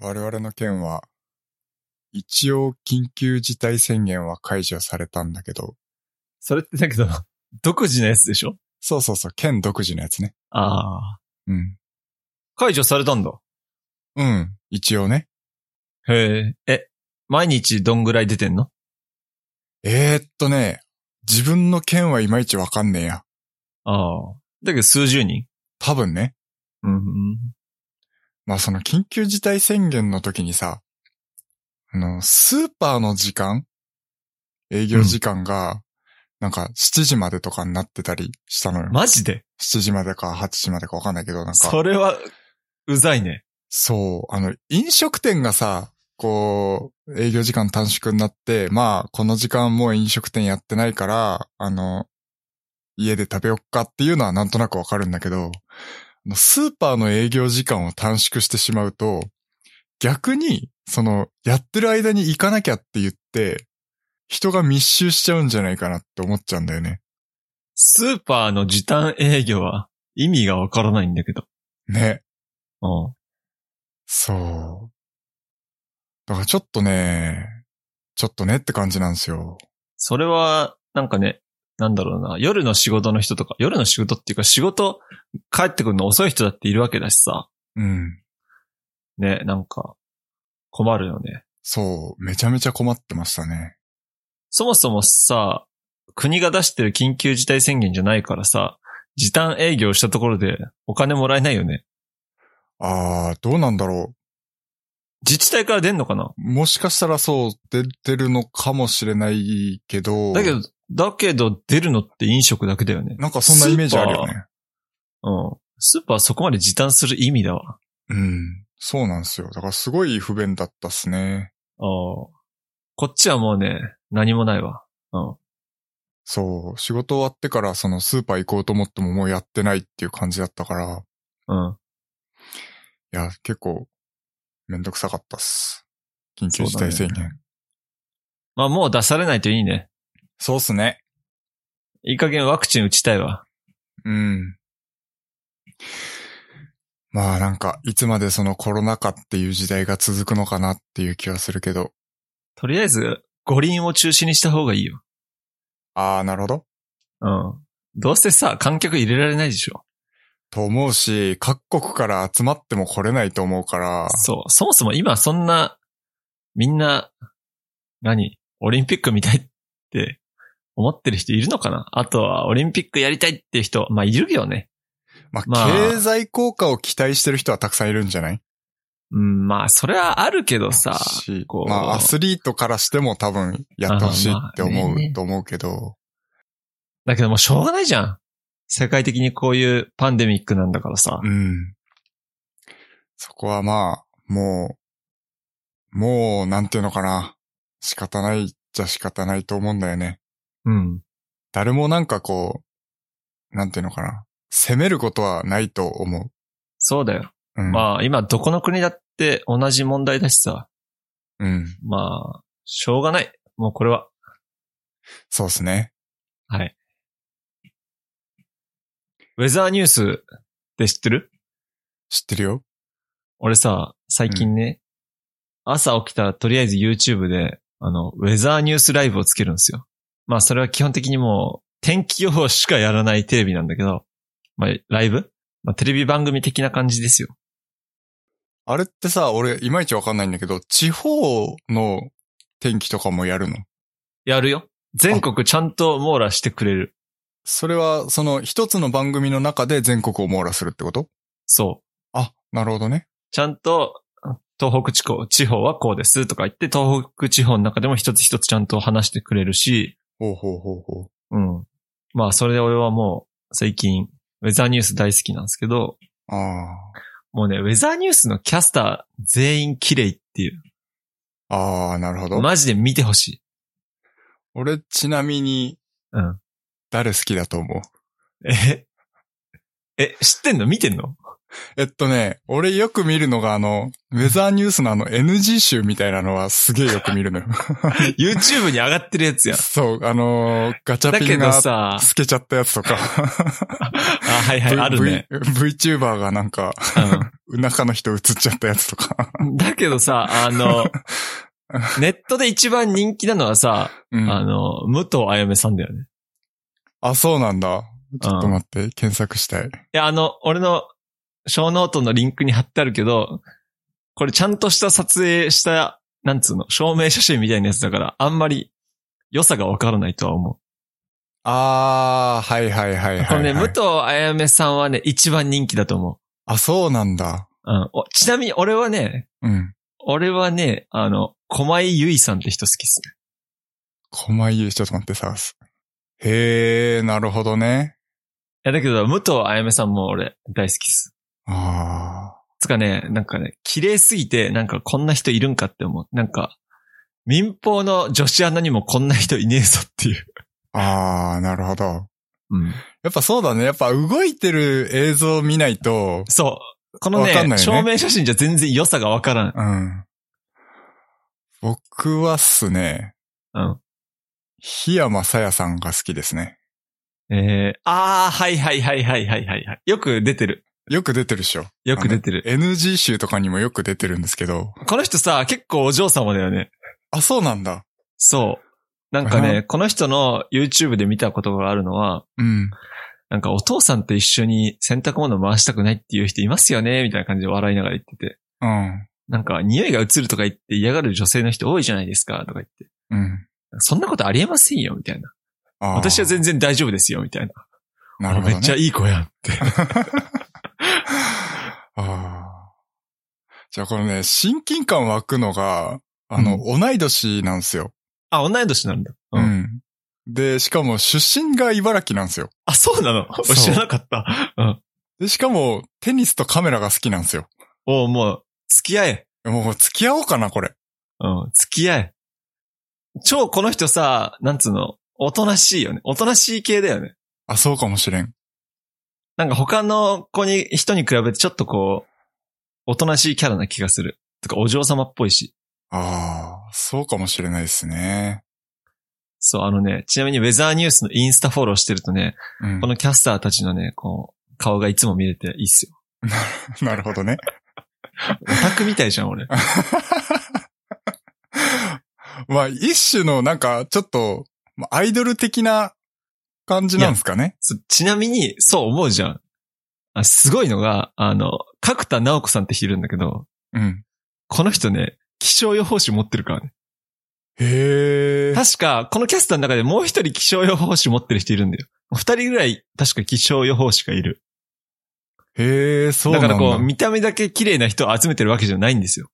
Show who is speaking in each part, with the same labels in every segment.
Speaker 1: 我々の県は、一応緊急事態宣言は解除されたんだけど、
Speaker 2: それってだけど、 独自のやつでしょ
Speaker 1: そうそうそう、県独自のやつね。
Speaker 2: ああ。
Speaker 1: うん。
Speaker 2: 解除されたんだ。
Speaker 1: うん、一応ね。
Speaker 2: へえ。え、毎日どんぐらい出てんの
Speaker 1: えー、っとね、自分の県はいまいちわかんねえや。
Speaker 2: ああ。だけど数十人
Speaker 1: 多分ね。
Speaker 2: うんうん。
Speaker 1: まあその緊急事態宣言の時にさ、あの、スーパーの時間営業時間が、なんか7時までとかになってたりしたのよ。
Speaker 2: マジで
Speaker 1: 7時までか8時までかわかんないけど、なんか、
Speaker 2: それは、うざいね。
Speaker 1: そう、あの、飲食店がさ、こう、営業時間短縮になって、まあ、この時間もう飲食店やってないから、あの、家で食べよっかっていうのはなんとなくわかるんだけど、あのスーパーの営業時間を短縮してしまうと、逆に、その、やってる間に行かなきゃって言って、人が密集しちゃうんじゃないかなって思っちゃうんだよね。
Speaker 2: スーパーの時短営業は意味がわからないんだけど。
Speaker 1: ね。
Speaker 2: うん。
Speaker 1: そう。だからちょっとね、ちょっとねって感じなんですよ。
Speaker 2: それは、なんかね、なんだろうな、夜の仕事の人とか、夜の仕事っていうか仕事帰ってくるの遅い人だっているわけだしさ、
Speaker 1: うん。
Speaker 2: ね、なんか、困るよね。
Speaker 1: そう。めちゃめちゃ困ってましたね。
Speaker 2: そもそもさ、国が出してる緊急事態宣言じゃないからさ、時短営業したところでお金もらえないよね。
Speaker 1: あー、どうなんだろ
Speaker 2: 自治体から出んのかな
Speaker 1: う。もしかしたらそう、出てるのかもしれないけど。
Speaker 2: だけど、だけど出るのって飲食だけだよね。
Speaker 1: なんかそんなイメージあるよ
Speaker 2: スー
Speaker 1: ね。
Speaker 2: パー。うん。スーパーそこまで時短する意味だわ。
Speaker 1: うん。そうなんですよ。だからすごい不便だったっすね。
Speaker 2: ああ。こっちはもうね、何もないわ。うん。
Speaker 1: そう。仕事終わってからそのスーパー行こうと思ってももうやってないっていう感じだったから。
Speaker 2: うん。
Speaker 1: いや、結構、めんどくさかったっす。緊急事態
Speaker 2: そ
Speaker 1: 宣
Speaker 2: うだね
Speaker 1: 言。
Speaker 2: まあもう出されないといいね。
Speaker 1: そうっすね。
Speaker 2: いい加減ワクチン打ちたいわ。
Speaker 1: うん。まあなんか、いつまでそのコロナ禍っていう時代が続くのかなっていう気はするけど。
Speaker 2: とりあえず、五輪を中止にした方がいいよ。
Speaker 1: ああ、なるほど。
Speaker 2: うん。どうせさ、観客入れられないでしょ。
Speaker 1: と思うし、各国から集まっても来れないと思うから、
Speaker 2: そう。そもそも今そんな、みんな、何オリンピック見たいって思ってる人いるのかなあとはオリンピックやりたいっていう人、まあいるよね。
Speaker 1: まあ、
Speaker 2: まあ
Speaker 1: 経済効果を期待してる人はたくさんいるんじゃない
Speaker 2: うん、まあそれはあるけどさ、
Speaker 1: し
Speaker 2: こう
Speaker 1: まあアスリートからしても多分やってほしいって
Speaker 2: あーまあ
Speaker 1: 思う、
Speaker 2: ね
Speaker 1: と思うけど、
Speaker 2: だけどもうしょうがないじゃん。世界的にこういうパンデミックなんだからさ。
Speaker 1: うん。そこはまあ、もう、もう、なんていうのかな。仕方ないっちゃ仕方ないと思うんだよね。
Speaker 2: うん。
Speaker 1: 誰もなんかこう、なんていうのかな。責めることはないと思
Speaker 2: そうだよ。
Speaker 1: う。うん。
Speaker 2: まあ今どこの国だって同じ問題だしさ。
Speaker 1: うん。
Speaker 2: まあ、しょうがない。もうこれは。
Speaker 1: そうですね。
Speaker 2: はい。ウェザーニュースって知ってる
Speaker 1: 知ってるよ。
Speaker 2: 俺さ、最近ね、朝起きたらとりあえず YouTube で、あの、ウェザーニュースライブをつけるんですよ。まあそれは基本的にもう、天気予報しかやらないテレビなんだけど、まあライブまあテレビ番組的な感じですよ。
Speaker 1: あれってさ、俺、いまいちわかんないんだけど、地方の天気とかもやるの
Speaker 2: やるよ。全国ちゃんと網羅してくれる。
Speaker 1: それは、その、一つの番組の中で全国を網羅するってこと
Speaker 2: そう。
Speaker 1: あ、なるほどね。
Speaker 2: ちゃんと、東北地方、地方はこうですとか言って、東北地方の中でも一つ一つちゃんと話してくれるし、
Speaker 1: ほうほうほうほう。
Speaker 2: うん。まあ、それで俺はもう、最近、ウェザーニュース大好きなんですけど、
Speaker 1: あ
Speaker 2: もうね、ウェザーニュースのキャスター全員綺麗っていう。
Speaker 1: あ。ああ、なるほど。
Speaker 2: マジで見てほしい。
Speaker 1: 俺、ちなみに、
Speaker 2: うん
Speaker 1: 誰好きだと思う
Speaker 2: え え、知ってんの見てんの
Speaker 1: えっとね、俺よく見るのがあの、ウェザーニュースのあの NG 集みたいなのはすげえよく見 るのよ。
Speaker 2: ?YouTube に上がってるやつや。
Speaker 1: そう、あのーガチャ
Speaker 2: だ
Speaker 1: ピ
Speaker 2: け
Speaker 1: ン
Speaker 2: ど
Speaker 1: が
Speaker 2: さ、
Speaker 1: 透け ちゃったやつとか。
Speaker 2: あ、はいはい、あるね。
Speaker 1: v、VTuber がなんか、
Speaker 2: うん
Speaker 1: 中の人映っちゃったやつと か。
Speaker 2: だけどさ、あの、ネットで一番人気なのはさ、
Speaker 1: うん、
Speaker 2: あ
Speaker 1: あ
Speaker 2: の、武藤あやめさんだよね。
Speaker 1: そうなんだ。ちょっと待って、検索したい。
Speaker 2: いや、あの、俺の、小ノートのリンクに貼ってあるけど、これちゃんとした撮影した、なんつうの、証明写真みたいなやつだから、あんまり良さがわからないとは思。
Speaker 1: あー、はいはいはいう
Speaker 2: こ
Speaker 1: はい、
Speaker 2: の
Speaker 1: は
Speaker 2: ね、
Speaker 1: い。
Speaker 2: 武藤あやめさんはね、一番人気だと思
Speaker 1: あ、そうなんだ。
Speaker 2: う。うん。おちなみに俺はね、
Speaker 1: うん。
Speaker 2: 俺はね、あの、駒井ゆいさんって人好きっすね。
Speaker 1: 狛江、ちょっと待って、探す。へー、なるほどね。
Speaker 2: いや、だけど、武藤あやめさんも俺、大好きっす。
Speaker 1: あ
Speaker 2: つかね、なんかね、綺麗すぎて、なんかこんな人いるんかって思う。なんか、民放の女子アナにもこんな人いねえぞっていう。
Speaker 1: ー、あー、なるほど。
Speaker 2: うん。
Speaker 1: やっぱそうだね。やっぱ動いてる映像を見ないと、
Speaker 2: そう。この
Speaker 1: わ
Speaker 2: ね
Speaker 1: かんないね
Speaker 2: 証明写真じゃ全然良さがわからん。
Speaker 1: うん。僕はっすね、
Speaker 2: うん。
Speaker 1: 檜山さやさんが好きですね。
Speaker 2: えー、あー、はいはいはいはいはいはいはい。よく出てる。
Speaker 1: よく出てるっしょ。
Speaker 2: よく出てる。
Speaker 1: NG 集とかにもよく出てるんですけど。
Speaker 2: この人さ、結構お嬢様だよね。
Speaker 1: あ、そうなんだ。
Speaker 2: そう。なんかね、
Speaker 1: う
Speaker 2: この人の YouTube で見たことがあるのは、
Speaker 1: うん。
Speaker 2: なんかお父さんと一緒に洗濯物回したくないっていう人いますよね、みたいな感じで笑いながら言ってて。
Speaker 1: うん。
Speaker 2: なんか匂いが移るとか言って嫌がる女性の人多いじゃないですか、とか言って。
Speaker 1: うん。
Speaker 2: そんなことありえませんよ、みたいな。
Speaker 1: あー
Speaker 2: 私は全然大丈夫ですよ、みたいな。
Speaker 1: なるほど、ね。
Speaker 2: めっちゃいい子や んって。
Speaker 1: あーじゃあこのね、親近感湧くのが、あの、同い年なんですよ。
Speaker 2: あ、同い年なんだ。
Speaker 1: う。ん。で、しかも出身が茨城なんですよ。
Speaker 2: あ、そうなの
Speaker 1: そう
Speaker 2: 知らなかった。うん。
Speaker 1: で、しかも、テニスとカメラが好きなんですよ。
Speaker 2: おう、もう、付き合え。
Speaker 1: もう付き合おうかな、これ。
Speaker 2: うん、付き合え。超この人さ、なんつうの、おとなしいよね。おとなしい系だよね。
Speaker 1: あ、そうかもしれん。
Speaker 2: なんか他の子に、人に比べてちょっとこう、おとなしいキャラな気がする。とか、お嬢様っぽいし。
Speaker 1: ああ、そうかもしれないですね。
Speaker 2: そう、あのね、ちなみにウェザーニュースのインスタフォローしてるとね、
Speaker 1: うん
Speaker 2: こ。のキャスターたちのね、こう、顔がいつも見れていいっすよ。
Speaker 1: なるほどね。
Speaker 2: オタクみたいじゃん、俺。
Speaker 1: まあ、一種のなんか、ちょっと、まあアイドル的な感じなんですかね。
Speaker 2: そちなみに、そう思うじゃん。あすごいのが、あの、角田直子さんって人いるんだけど、
Speaker 1: うん。
Speaker 2: この人ね、気象予報士持ってるからね。
Speaker 1: へえ。
Speaker 2: 確か、このキャスターの中でもう一人気象予報士持ってる人いるんだよ。二人ぐらい、確か気象予報士がいる。
Speaker 1: へえ、そう
Speaker 2: だ
Speaker 1: なん
Speaker 2: か
Speaker 1: だ。
Speaker 2: らこう、見た目だけ綺麗な人を集めてるわけじゃないんですよ。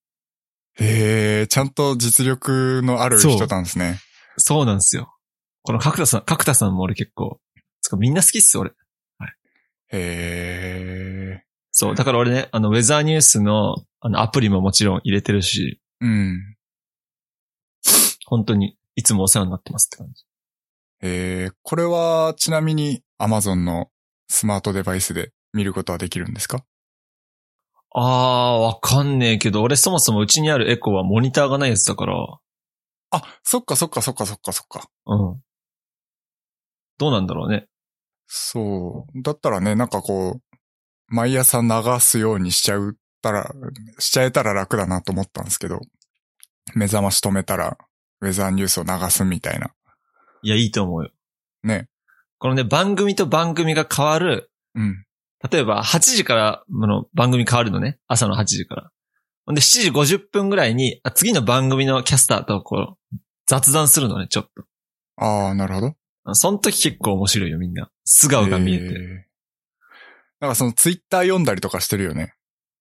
Speaker 1: へえ、ちゃんと実力のある人なんですね。
Speaker 2: そうなんですよ。この角田さん、角田さんも俺結構、つかみんな好きっす、俺。
Speaker 1: へえ。
Speaker 2: そう。だから俺ね、あの、ウェザーニュースの、あの、アプリももちろん入れてるし、
Speaker 1: うん。
Speaker 2: 本当に、いつもお世話になってますって感じ。
Speaker 1: えー、これはちなみに Amazon のスマートデバイスで見ることはできるんですか
Speaker 2: あー、わかんねえけど、俺そもそもうちにあるエコーはモニターがないやつだから、
Speaker 1: あ、そっかそっかそっかそっかそっか。
Speaker 2: うん。どうなんだろうね。
Speaker 1: そう。だったらね、なんかこう、毎朝流すようにしちゃうたら、しちゃえたら楽だなと思ったんですけど、目覚まし止めたら、ウェザーニュースを流すみたいな。
Speaker 2: いや、いいと思うよ。
Speaker 1: ね。
Speaker 2: このね、番組と番組が変わる、
Speaker 1: うん。
Speaker 2: 例えば8時から、あの、番組変わるのね。朝の8時から。ほんで、7時50分ぐらいに、あ次の番組のキャスターとこう、雑談するのね、ちょっと
Speaker 1: ああ、なるほど。
Speaker 2: あの。その時結構面白いよ、みんな。素顔が見えて。
Speaker 1: えーなんかそのツイッター読んだりとかしてるよね。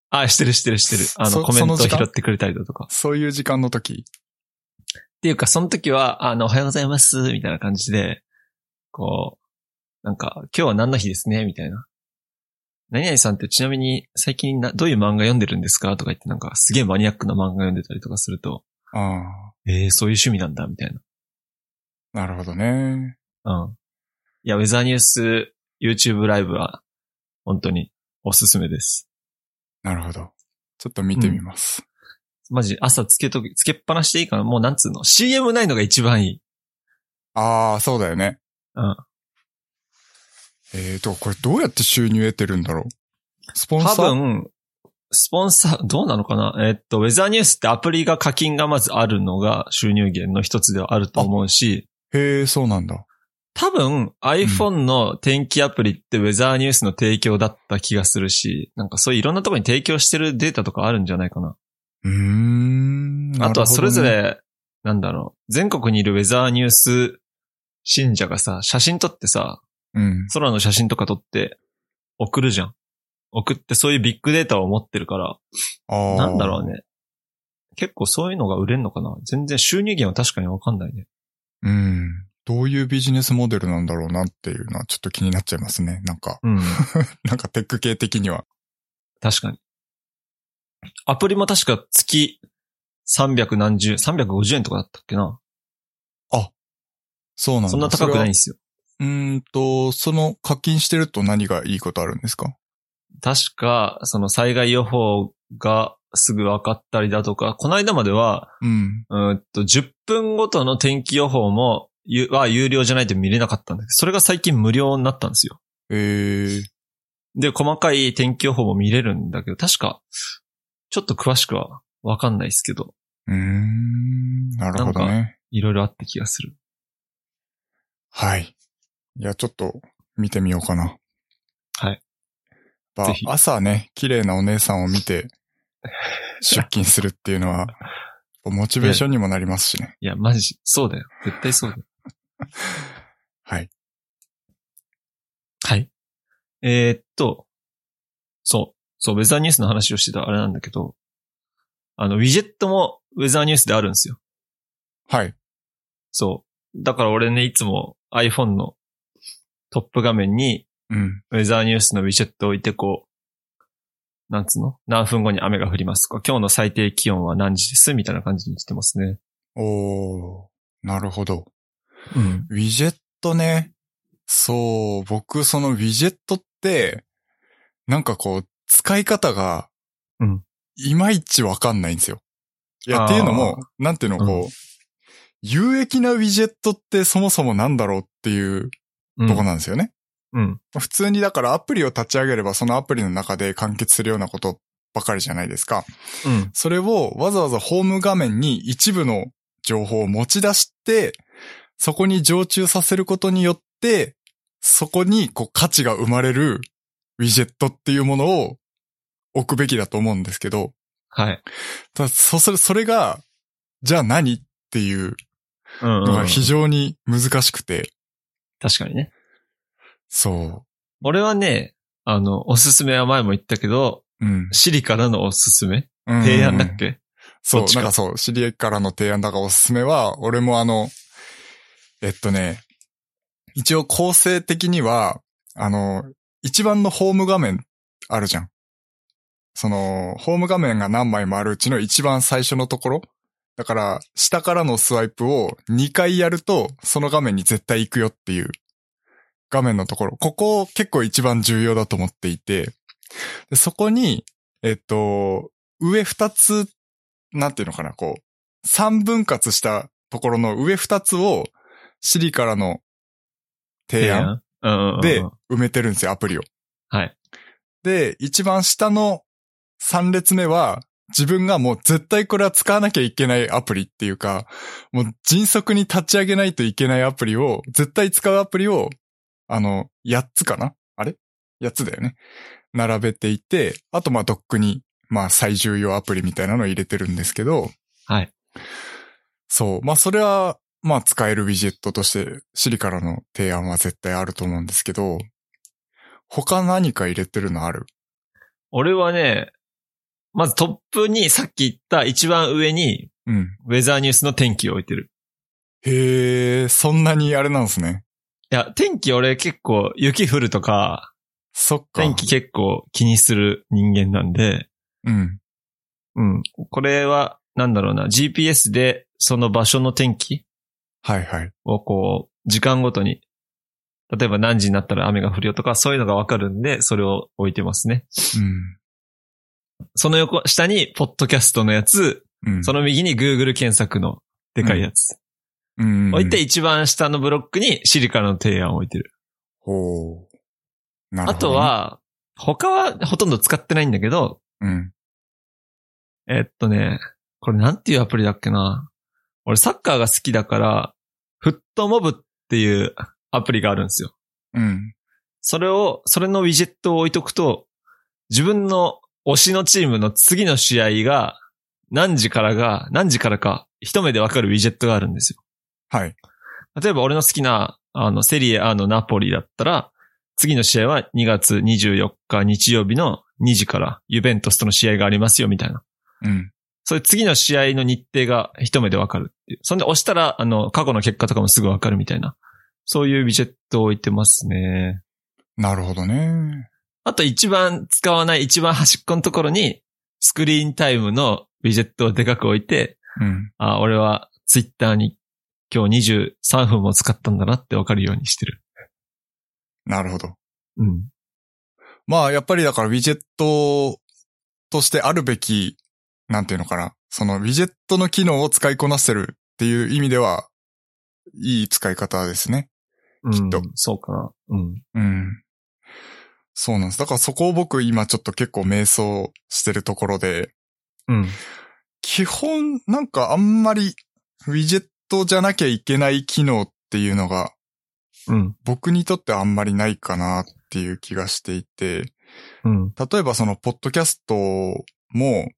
Speaker 2: あ、してるしてるしてる。あの、
Speaker 1: そ
Speaker 2: コメントを
Speaker 1: その時
Speaker 2: 拾
Speaker 1: 間
Speaker 2: ってくれたりだとか。っ
Speaker 1: そういう時間の時。
Speaker 2: ていうか、その時は、あの、おはようございます、みたいな感じで、こう、なんか、今日は何の日ですね、みたいな。何々さんってちなみに最近などういう漫画読んでるんですかとか言ってなんかすげえマニアックな漫画読んでたりとかすると、
Speaker 1: ああ、
Speaker 2: ええそういう趣味なんだ、みたい
Speaker 1: なるほどね。
Speaker 2: な。うん。いや、ウェザーニュース YouTube ライブは、本当におすすめです。
Speaker 1: なるほど。ちょっと見てみます。
Speaker 2: マジ、朝つけとき、つけっぱなしでいいかなもうなんつうの ?CM ないのが一番いい。
Speaker 1: ああ、そうだよね。
Speaker 2: うん。
Speaker 1: えーと、これどうやって収入得てるんだろうスポンサ
Speaker 2: 多
Speaker 1: ー
Speaker 2: 分、スポンサー、どうなのかなえっと、ウェザーニュースってアプリが課金がまずあるのが収入源の一つではあると思うし、
Speaker 1: へえ、そうなんだ。
Speaker 2: 多分 iPhone の天気アプリってウェザーニュースの提供だった気がするし、なんかそういういろんなところに提供してるデータとかあるんじゃないかな。
Speaker 1: うーん。なるほどね
Speaker 2: あとはそれぞ。れ、なんだろう、全国にいるウェザーニュース信者がさ、写真撮ってさ、
Speaker 1: うん。
Speaker 2: 空の写真とか撮って送るじゃん。送ってそういうビッグデータを持ってるから、
Speaker 1: ああ。
Speaker 2: なんだろうね。結構そういうのが売れるのかな全然収入源は確かにわかんないね。
Speaker 1: う。うん。どういうビジネスモデルなんだろうなっていうのはちょっと気になっちゃいますね。なんか、
Speaker 2: うん。
Speaker 1: なんかテック系的には。
Speaker 2: 確かに。アプリも確か月300何十、350円とかだったっけな
Speaker 1: そうなんだ。
Speaker 2: そんな高くないん
Speaker 1: それ
Speaker 2: で
Speaker 1: は
Speaker 2: すよ。
Speaker 1: うーんと、その課金してると何がいいことあるんですか
Speaker 2: 確か、その災害予報がすぐ分かったりだとか、この間までは、
Speaker 1: うん。
Speaker 2: うーんと、10分ごとの天気予報も、ゆは有料じゃないと見れなかったんだけど、それが最近無料になったんですよ。
Speaker 1: ええ
Speaker 2: で、細かい天気予報も見れるんだけど、確か、ちょっと詳しくは分かんないですけど、
Speaker 1: うーん。なるほど
Speaker 2: な
Speaker 1: ね。
Speaker 2: いろいろあった気がする。
Speaker 1: はい。いや、ちょっと見てみようかな。
Speaker 2: はい。
Speaker 1: ま
Speaker 2: ぜ
Speaker 1: あ
Speaker 2: ひ、
Speaker 1: 朝ね、綺麗なお姉さんを見 て、出勤するっていうのは、モチベーションにもなりますしね。
Speaker 2: いや、マジ、そうだよ。絶対そうだよ。
Speaker 1: はい。
Speaker 2: はい。えーっと、そう、そう、ウェザーニュースの話をしてたあれなんだけど、あの、ウィジェットもウェザーニュースであるんですよ。
Speaker 1: はい。
Speaker 2: そう。だから俺ね、いつも iPhone のトップ画面に
Speaker 1: うん。
Speaker 2: ウェザーニュースのウィジェットを置いてこう、なんつうの何分後に雨が降りますとか、今日の最低気温は何時ですみたいな感じにしてますね。
Speaker 1: おー、なるほど。
Speaker 2: うん。
Speaker 1: ウィジェットね。そう、僕そのウィジェットって、なんかこう、使い方が
Speaker 2: うん、
Speaker 1: いまいちわかんないんですよ。い
Speaker 2: あ
Speaker 1: や、
Speaker 2: ー
Speaker 1: っていうのも、なんていうの、こう、有益なウィジェットってそもそもなんだろうっていう
Speaker 2: うん
Speaker 1: とこなんですよね。
Speaker 2: うん。
Speaker 1: 普通にだからアプリを立ち上げればそのアプリの中で完結するようなことばかりじゃないですか。
Speaker 2: うん。
Speaker 1: それをわざわざホーム画面に一部の情報を持ち出して、そこに常駐させることによって、そこにこう価値が生まれるウィジェットっていうものを置くべきだと思うんですけど、
Speaker 2: はい。
Speaker 1: ただ、そ、それ、それが、じゃあ何っていう
Speaker 2: うん、うん。
Speaker 1: のが非常に難しくて、
Speaker 2: 確かにね。
Speaker 1: そ
Speaker 2: 俺はね、あの、おすすめは前も言ったけど、
Speaker 1: う。うん。
Speaker 2: シリからのおすすめ
Speaker 1: うん
Speaker 2: 提案だっけ
Speaker 1: そう
Speaker 2: どっ、ちか
Speaker 1: なんかそう、知り合いからの提案だがおすすめは、俺もあの、えっとね、一応構成的には、あの、一番のホーム画面あるじゃん。その、ホーム画面が何枚もあるうちの一番最初のところ。だから、下からのスワイプを2回やると、その画面に絶対行くよっていう画面のところ。ここ結構一番重要だと思っていて、でそこに、えっと、上2つなんていうのかな、こう、三分割したところの上二つを、シリからの提案
Speaker 2: うんうんうんうん。
Speaker 1: で埋めてるんですよ、アプリを。
Speaker 2: はい。
Speaker 1: で、一番下の三列目は、自分がもう絶対これは使わなきゃいけないアプリっていうか、もう迅速に立ち上げないといけないアプリを、絶対使うアプリを、あの、8つかなあれ ?8 つだよね。並べていて、あとまあドックに、まあ最重要アプリみたいなのを入れてるんですけど、
Speaker 2: はい。
Speaker 1: そう。まあ、それは、まあ、使えるウィジェットとして、シリからの提案は絶対あると思うんですけど、他何か入れてるのある
Speaker 2: 俺はね、まずトップにさっき言った一番上に、
Speaker 1: うん。
Speaker 2: ウェザーニュースの天気を置いてる。
Speaker 1: へえ、そんなにあれなんですね。
Speaker 2: いや、天気俺結構雪降るとか、
Speaker 1: そっか。
Speaker 2: 天気結構気にする人間なんで、
Speaker 1: うん。
Speaker 2: うん。これは、なんだろうな、GPS でその場所の天気
Speaker 1: はいはい。
Speaker 2: をこう、時間ごとに、例えば何時になったら雨が降るよとか、そういうのがわかるんで、それを置いてますね。その横、下に、ポッドキャストのやつ、
Speaker 1: うん。うん。
Speaker 2: その右に Google 検索のでかいやつ。
Speaker 1: うん、
Speaker 2: 置いて、一番下のブロックにシリカの提案を置いてる。
Speaker 1: ほう。なるほど、
Speaker 2: あと、は、他はほとんど使ってないんだけど、
Speaker 1: うん。
Speaker 2: えっとね、これなんていうアプリだっけな。俺サッカーが好きだから、フットモブっていうアプリがあるんですよ。
Speaker 1: うん。
Speaker 2: それを、それのウィジェットを置いとくと、自分の推しのチームの次の試合が、何時からが、何時からか、一目でわかるウィジェットがあるんですよ。
Speaker 1: はい。
Speaker 2: 例えば俺の好きな、あの、セリエ A のナポリだったら、次の試合は2月24日日曜日の2時からユベントスとの試合がありますよみたいな。
Speaker 1: うん。
Speaker 2: それ次の試合の日程が一目でわかるっていう。そんで押したら、あの、過去の結果とかもすぐわかるみたいな。そういうビジェットを置いてますね。
Speaker 1: なるほどね。
Speaker 2: あと一番使わない一番端っこのところに、スクリーンタイムのビジェットをでかく置いて、
Speaker 1: うん。
Speaker 2: あ、俺はツイッターに今日23分も使ったんだなってわかるようにしてる。
Speaker 1: なるほど。
Speaker 2: うん。
Speaker 1: まあ、やっぱりだからウィジェットとしてあるべき、なんていうのかな。そのウィジェットの機能を使いこなせるっていう意味では、いい使い方ですね。
Speaker 2: き
Speaker 1: っと
Speaker 2: そうかな。うん。
Speaker 1: うん。そうなんです。だからそこを僕今ちょっと結構迷走してるところで、
Speaker 2: うん。
Speaker 1: 基本なんかあんまりウィジェットじゃなきゃいけない機能っていうのが
Speaker 2: うん。
Speaker 1: 僕にとってあんまりないかなっていう気がしていて、
Speaker 2: うん。
Speaker 1: 例えばそのポッドキャストも、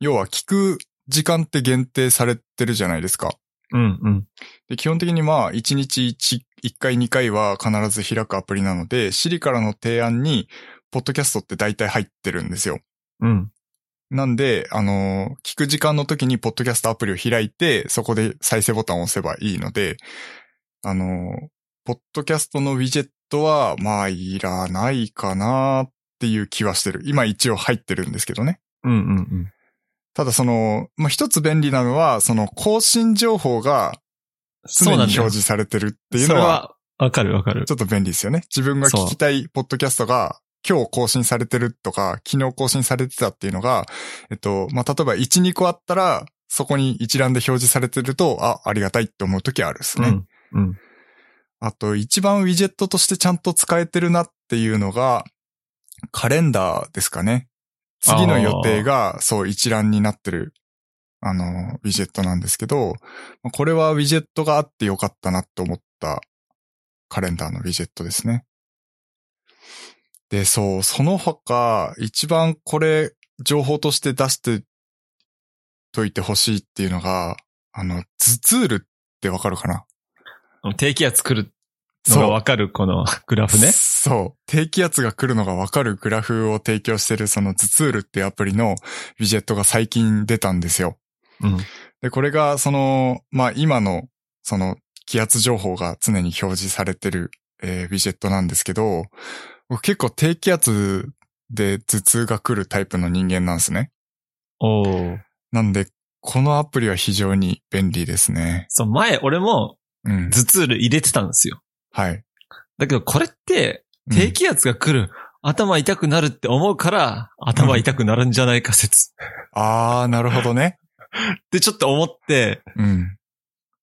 Speaker 1: 要は聞く時間って限定されてるじゃないですか。
Speaker 2: うん。うん。
Speaker 1: で基本的にまあ1日 1, 1回2回は必ず開くアプリなので、シリからの提案に、ポッドキャストって大体入ってるんですよ。
Speaker 2: うん。
Speaker 1: なんで、あのー聞く時間の時にポッドキャストアプリを開いて、そこで再生ボタンを押せばいいので、あのーポッドキャストのウィジェットは、まあ、いらないかなっていう気はしてる。今一応入ってるんですけどね。
Speaker 2: うん。うん。
Speaker 1: ただその、まあ、一つ便利なのは、その更新情報が常
Speaker 2: そう
Speaker 1: に
Speaker 2: なん
Speaker 1: 表
Speaker 2: だよ。
Speaker 1: 示されてるっていう
Speaker 2: そ
Speaker 1: の
Speaker 2: れ
Speaker 1: は、
Speaker 2: は、わかるわかる
Speaker 1: ち。ょっと便利ですよね。自分が聞きたいポッドキャストが、今日更新されてるとか、昨日更新されてたっていうのが、えっと、まあ、例えば1、2個あったら、そこに一覧で表示されてると、あ、ありがたいって思う時あるです
Speaker 2: う
Speaker 1: ね。
Speaker 2: ん。うん。
Speaker 1: あと、一番ウィジェットとしてちゃんと使えてるなっていうのが、カレンダーですかね。次の予定が、そう、一覧になってる、あの、ウィジェットなんですけど、まあこれはウィジェットがあってよかったなって思ったカレンダーのウィジェットですね。で、そう、その他、一番これ、情報として出してといてほしいっていうのが、あの、ズツールってわかるかな
Speaker 2: 低気圧来るのがわかる、この グラフね。
Speaker 1: そう。低気圧が来るのがわかるグラフを提供してるそのズツールっていうアプリのウィジェットが最近出たんですよ。
Speaker 2: うん。
Speaker 1: で、これがその、まあ今のその気圧情報が常に表示されてる、えーウィジェットなんですけど、僕結構低気圧で頭痛が来るタイプの人間なんですね。
Speaker 2: おー
Speaker 1: なんで、このアプリは非常に便利ですね。
Speaker 2: そう、前、俺も、
Speaker 1: うん。
Speaker 2: 頭痛ル入れてたんですよ。
Speaker 1: はい。
Speaker 2: だけど、これって、
Speaker 1: うん
Speaker 2: 低気圧が来る、頭痛くなるって思うから、頭痛くなるんじゃないか説。
Speaker 1: あー、なるほどね。
Speaker 2: ってちょっと思って、
Speaker 1: うん。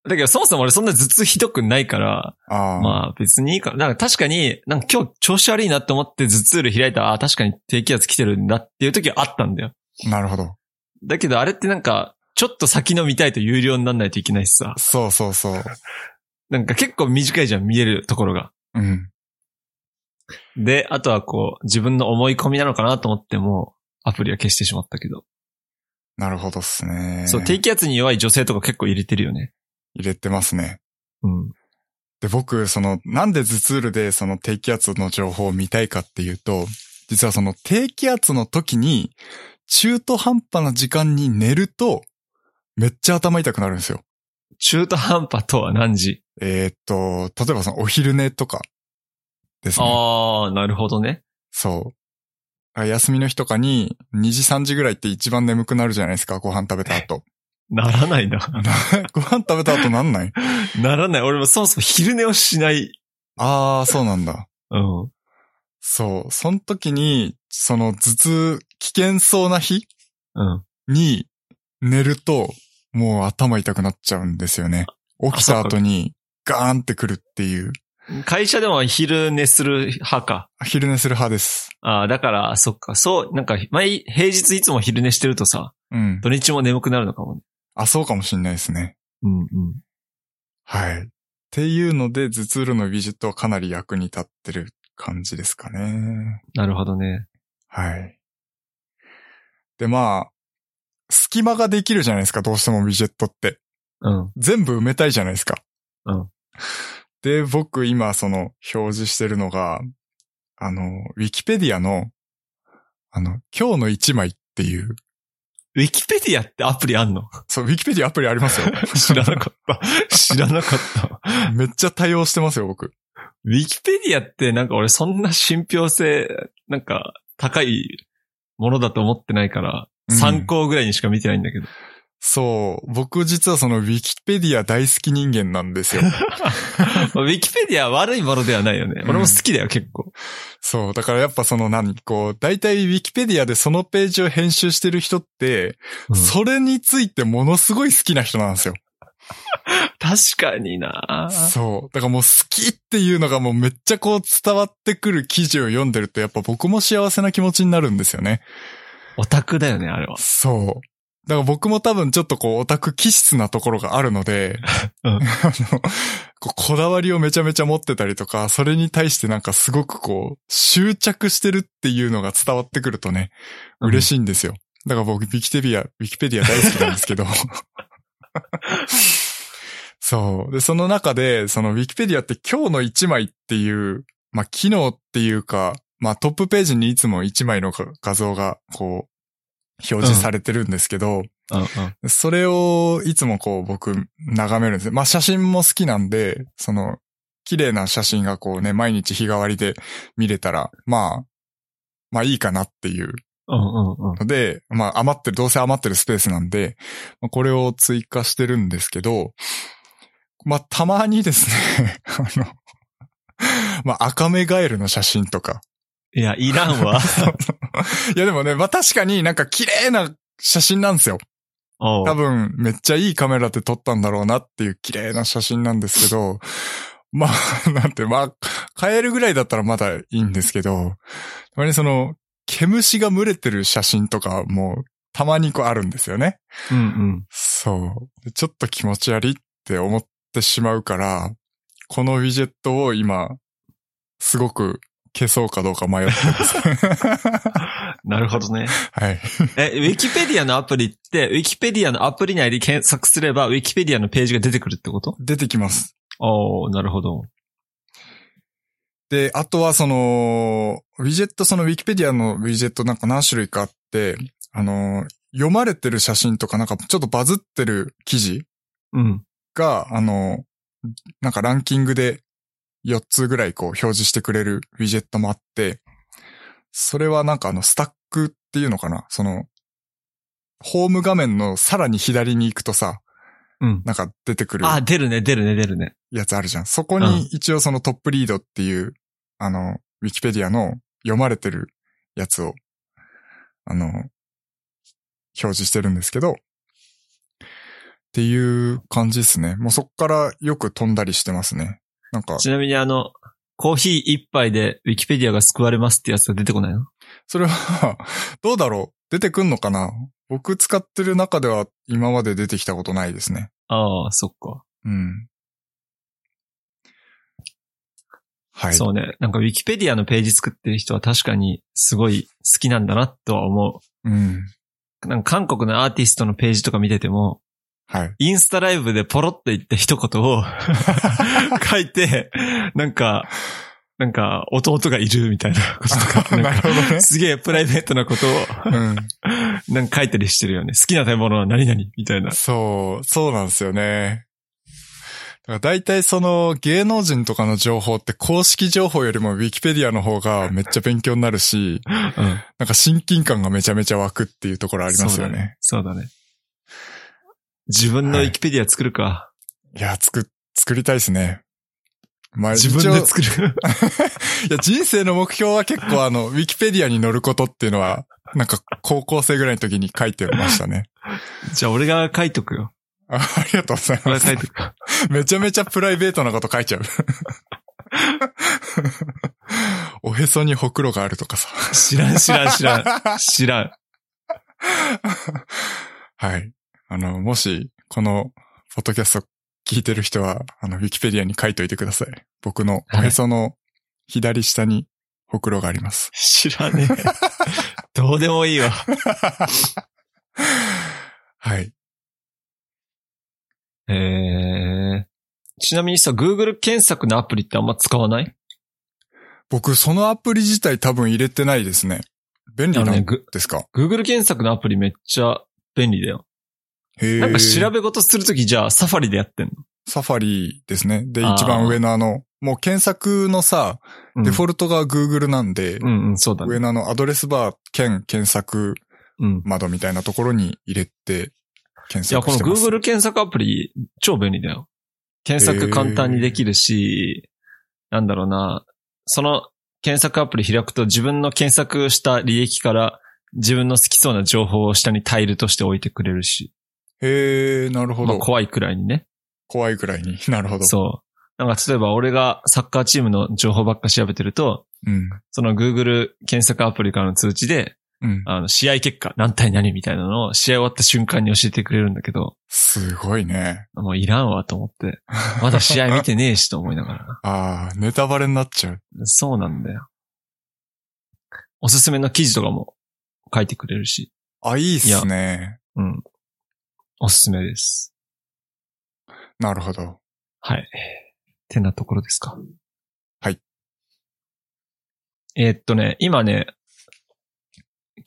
Speaker 2: だけど、そもそも俺そんな頭痛ひどくないから、
Speaker 1: あー。
Speaker 2: まあ別にいいから、なんか確かに、なんか今日調子悪いなって思って頭痛ル開いたら、あ確かに低気圧来てるんだっていう時はあったんだよ。
Speaker 1: なるほど。
Speaker 2: だけどあれってなんか、ちょっと先の見たいと有料にならないといけないしさ。
Speaker 1: そうそうそう。
Speaker 2: なんか結構短いじゃん、見えるところが。
Speaker 1: うん。
Speaker 2: で、あとはこう、自分の思い込みなのかなと思っても、アプリは消してしまったけど。
Speaker 1: なるほどっすね。
Speaker 2: そう、低気圧に弱い女性とか結構入れてるよね。
Speaker 1: 入れてますね。
Speaker 2: うん。
Speaker 1: で、僕、その、なんでズツールでその低気圧の情報を見たいかっていうと、実はその低気圧の時に、中途半端な時間に寝ると、めっちゃ頭痛くなるんですよ。
Speaker 2: 中途半端とは何時
Speaker 1: えーっと、例えばそのお昼寝とかですね。
Speaker 2: ああ、なるほどね。
Speaker 1: そう。あ休みの日とかに2時3時ぐらいって一番眠くなるじゃないですか、ご飯食べた 後。
Speaker 2: ならないな。
Speaker 1: ご飯食べた後なんない
Speaker 2: ならない。俺もそもそも昼寝をしない。
Speaker 1: ああ、そうなんだ。
Speaker 2: うん。
Speaker 1: そう。その時に、その頭痛、危険そうな日
Speaker 2: うん。
Speaker 1: に寝ると、もう頭痛くなっちゃうんですよね。起きた後にガーンってくるっていう。
Speaker 2: 会社でも昼寝する派か。
Speaker 1: 昼寝する派です。
Speaker 2: ああ、だから、そっか、そう、なんか、毎、平日いつも昼寝してるとさ、
Speaker 1: うん。
Speaker 2: 土日も眠くなるのかもね。
Speaker 1: あ、そうかもしんないですね。
Speaker 2: うんうん。
Speaker 1: はい。っていうので、頭痛ルのビジェットはかなり役に立ってる感じですかね。
Speaker 2: なるほどね。
Speaker 1: はい。で、まあ、隙間ができるじゃないですか、どうしてもビジェットって。
Speaker 2: うん。
Speaker 1: 全部埋めたいじゃないですか。
Speaker 2: うん。
Speaker 1: で、僕今その表示してるのが、あの、ウィキペディアの、あの、今日の一枚っていう、
Speaker 2: ウィキペディアってアプリあんの。
Speaker 1: そう、ウィキペディアアプリありますよ
Speaker 2: 知らなかった。 知らなかった。
Speaker 1: めっちゃ対応してますよ、僕。
Speaker 2: ウィキペディアってなんか俺そんな信憑性、なんか高いものだと思ってないから、
Speaker 1: うん
Speaker 2: 参考ぐらいにしか見てないんだ けど。
Speaker 1: そう、僕実はそのウィキペディア大好き人間なん ですよ。
Speaker 2: まあウィキペディアは悪いものではないよね。
Speaker 1: うん
Speaker 2: 俺も好きだよ、結構。
Speaker 1: そう、だからやっぱその何、こう、大体ウィキペディアでそのページを編集してる人って、それについてものすごい好きな人なんですよ。
Speaker 2: 確かにな
Speaker 1: そう。だからもう好きっていうのがもうめっちゃこう伝わってくる記事を読んでるとやっぱ僕も幸せな気持ちになるんですよね。
Speaker 2: オタクだよね、あれは。
Speaker 1: そう。だから僕も多分ちょっとこうオタク気質なところがあるので、
Speaker 2: うん
Speaker 1: あのこうこだわりをめちゃめちゃ持ってたりとか、それに対してなんかすごくこう執着してるっていうのが伝わってくるとね、嬉
Speaker 2: しい。
Speaker 1: しいんですよ。だから僕、ウィキペディア、ウィキペディア大好きなんですけど。そう。で、その中で、そのウィキペディアって今日の一枚っていう、まあ、機能っていうか、まあ、トップページにいつも一枚の画画像が、こう、表示されてるんですけど、
Speaker 2: うんうん。
Speaker 1: それをいつもこう僕眺めるんですよまあ写真も好きなんで、その綺麗な写真がこうね、毎日日替わりで見れたら、まあ、まあいいかなっていう
Speaker 2: うんうんうん。
Speaker 1: ので、まあ余ってる、どうせ余ってるスペースなんで、まあこれを追加してるんですけど、まあたまにですね、 あの、まあ赤目ガエルの写真とか。
Speaker 2: いや、いらん わ。
Speaker 1: いやでもね、まあ確かになんか綺麗な写真なんですよ。
Speaker 2: おう
Speaker 1: 多分めっちゃいいカメラで撮ったんだろうなっていう綺麗な写真なんですけど、まあ、 なんて、まあ、買えるぐらいだったらまだいいんですけど、たまにその、毛虫が群れてる写真とかもたまにこうあるんですよね。
Speaker 2: うんうん。
Speaker 1: そう。でちょっと気持ち悪いって思ってしまうから、このウィジェットを今、すごく消そうかどうか迷ってます。
Speaker 2: なるほどね。
Speaker 1: はい。
Speaker 2: え、ウィキペディアのアプリって、ウィキペディアのアプリ内で検索すれば、ウィキペディアのページが出てくるってこと
Speaker 1: 出てきます。
Speaker 2: おおなるほど。
Speaker 1: で、あとはその、ウィジェット、そのウィキペディアのウィジェットなんか何種類かあって、あの、読まれてる写真とかなんかちょっとバズってる記事
Speaker 2: うん。
Speaker 1: が、あの、なんかランキングで4つぐらいこう表示してくれるウィジェットもあって、それはなんかあのスタックっていうのかなその、ホーム画面のさらに左に行くとさ、
Speaker 2: うん。
Speaker 1: なんか出てくる
Speaker 2: あ、出るね、出るね、出るね。
Speaker 1: やつあるじゃん。そこ
Speaker 2: うん
Speaker 1: に一応そのトップリードっていう、あの、ウィキペディアの読まれてるやつを、あの、表示してるんですけど、っていう感じですね。もうそっからよく飛んだりしてますね。なんか、
Speaker 2: ちなみにあの、コーヒー一杯でウィキペディアが救われますってやつが出てこないの
Speaker 1: それは、どうだろう出てくんのかな僕使ってる中では今まで出てきたことないですね。
Speaker 2: ああ、そっか。
Speaker 1: うん。はい。
Speaker 2: そうね。なんかウィキペディアのページ作ってる人は確かにすごい好きなんだなとは思
Speaker 1: うん。
Speaker 2: う。なんか韓国のアーティストのページとか見てても、
Speaker 1: はい。
Speaker 2: インスタライブでポロッと言った一 言を書いて、なんか、なんか弟がいるみたいなことと か、
Speaker 1: な
Speaker 2: なん
Speaker 1: る
Speaker 2: か
Speaker 1: ほどね。
Speaker 2: すげえプライベートなことを
Speaker 1: うん。
Speaker 2: なんか書いたりしてるよね。好きな食べ物は何々みたいな。
Speaker 1: そう、そうなんですよね。だから大体その芸能人とかの情報って公式情報よりもウィキペディアの方がめっちゃ勉強になるし、
Speaker 2: うん
Speaker 1: なんか親近感がめちゃめちゃ湧くっていうところありますよね。
Speaker 2: そうだね。そうだね自分のウィキペディア作るか。
Speaker 1: いや、作、作りたいですね。まあ、
Speaker 2: 自分
Speaker 1: 一
Speaker 2: で
Speaker 1: 応
Speaker 2: 作る。
Speaker 1: いや、人生の目標は結構あの、ウィキペディアに載ることっていうのは、なんか高校生ぐらいの時に書いてましたね。
Speaker 2: じゃあ俺が書いとくよ。
Speaker 1: あ ありがとうござい
Speaker 2: 俺
Speaker 1: ま
Speaker 2: が書
Speaker 1: す
Speaker 2: い。と く。
Speaker 1: めちゃめちゃプライベートなこと書いちゃう。おへそにほくろがあるとかさ。
Speaker 2: 知らん知らん知らん。知らん。
Speaker 1: はい。あの、もし、この、ポッドキャスト聞いてる人は、あの、ウィキペディアに書いといてください。僕のおへその左下に、ほくろがあります。
Speaker 2: 知らねえ。どうでもいいわ。
Speaker 1: はい。
Speaker 2: えー、ちなみにさ、Google 検索のアプリってあんま使わない
Speaker 1: 僕、そのアプリ自体多分入れてないですね。便利
Speaker 2: あの
Speaker 1: な
Speaker 2: ね、
Speaker 1: ん
Speaker 2: グ
Speaker 1: ですか、
Speaker 2: Google 検索のアプリめっちゃ便利だよ。
Speaker 1: へえ。
Speaker 2: なんか調べ事するときじゃあサファリでやってんの、
Speaker 1: サファリですね。で、
Speaker 2: あー
Speaker 1: 一番上のあの、もう検索のさ、
Speaker 2: うん、
Speaker 1: デフォルトが Google なんで、
Speaker 2: うんうん、そうだね
Speaker 1: 上。のあの、アドレスバー兼検索
Speaker 2: うん。
Speaker 1: 窓みたいなところに入れて、検
Speaker 2: いや、
Speaker 1: 索
Speaker 2: こ
Speaker 1: し
Speaker 2: の
Speaker 1: てます。
Speaker 2: Google 検索アプリ、超便利だよ。検索簡単にできるし、なんだろうな、その検索アプリ開くと自分の検索した履歴から自分の好きそうな情報を下にタイルとして置いてくれるし、
Speaker 1: へえ、なるほ
Speaker 2: まあ
Speaker 1: ど。
Speaker 2: 怖いくらいにね。
Speaker 1: 怖いくらいに。なるほど。
Speaker 2: そう。なんか例えば俺がサッカーチームの情報ばっか調べてると、
Speaker 1: うん。
Speaker 2: その Google 検索アプリからの通知で、
Speaker 1: うん。
Speaker 2: あの、試合結果、何対何みたいなのを試合終わった瞬間に教えてくれるんだけど、
Speaker 1: すごいね。
Speaker 2: もういらんわと思 って、まだ試合見てねえしと思いながら。
Speaker 1: ああ、ネタバレになっちゃう。
Speaker 2: そうなんだよ。おすすめの記事とかも書いてくれるし、
Speaker 1: あ、いいっすね。
Speaker 2: うん。おすすめです。
Speaker 1: なるほど。
Speaker 2: はい。てなところですか。
Speaker 1: はい。
Speaker 2: えーっとね、今ね、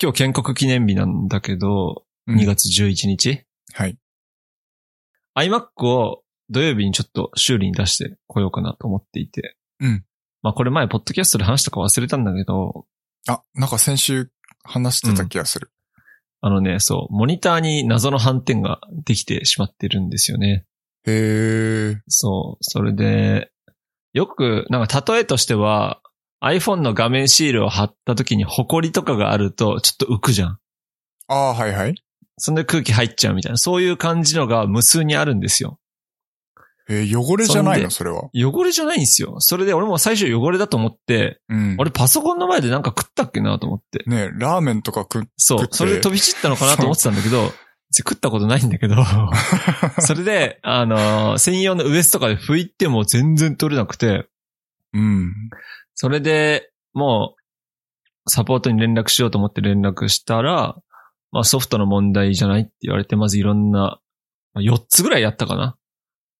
Speaker 2: 今日建国記念日なんだけど、
Speaker 1: うん
Speaker 2: 2。月11日、
Speaker 1: はい。
Speaker 2: iMac を土曜日にちょっと修理に出してこようかなと思っていて。
Speaker 1: うん。
Speaker 2: まあこれ前、ポッドキャストで話したか忘れたんだけど、
Speaker 1: あ、なんか先週話してた気がする。
Speaker 2: あのね、そう、モニターに謎の斑点ができてしまってるんですよね。
Speaker 1: へえ。
Speaker 2: そう、それで、よく、なんか例えとしては、iPhone の画面シールを貼った時に埃とかがあるとちょっと浮くじゃん。
Speaker 1: ああ、はいはい。
Speaker 2: そんで空気入っちゃうみたいな、そういう感じのが無数にあるんですよ。
Speaker 1: えー汚れじゃないの
Speaker 2: そんで
Speaker 1: それは。
Speaker 2: 汚れじゃないんですよ。それで俺も最初汚れだと思って、
Speaker 1: うん。
Speaker 2: 俺パソコンの前でなんか食ったっけなと思って。
Speaker 1: ねえラーメンとか食っ、
Speaker 2: そ
Speaker 1: 食
Speaker 2: う
Speaker 1: っ。て
Speaker 2: それで飛び散ったのかなと思ってたんだけど、食ったことないん だけど、それで、あのー専用のウエストとかで拭いても全然取れなくて、
Speaker 1: うん。
Speaker 2: それでもう、サポートに連絡しようと思って連絡したら、まあソフトの問題じゃないって言われて、まずいろんな、まあ4つぐらいやったかな。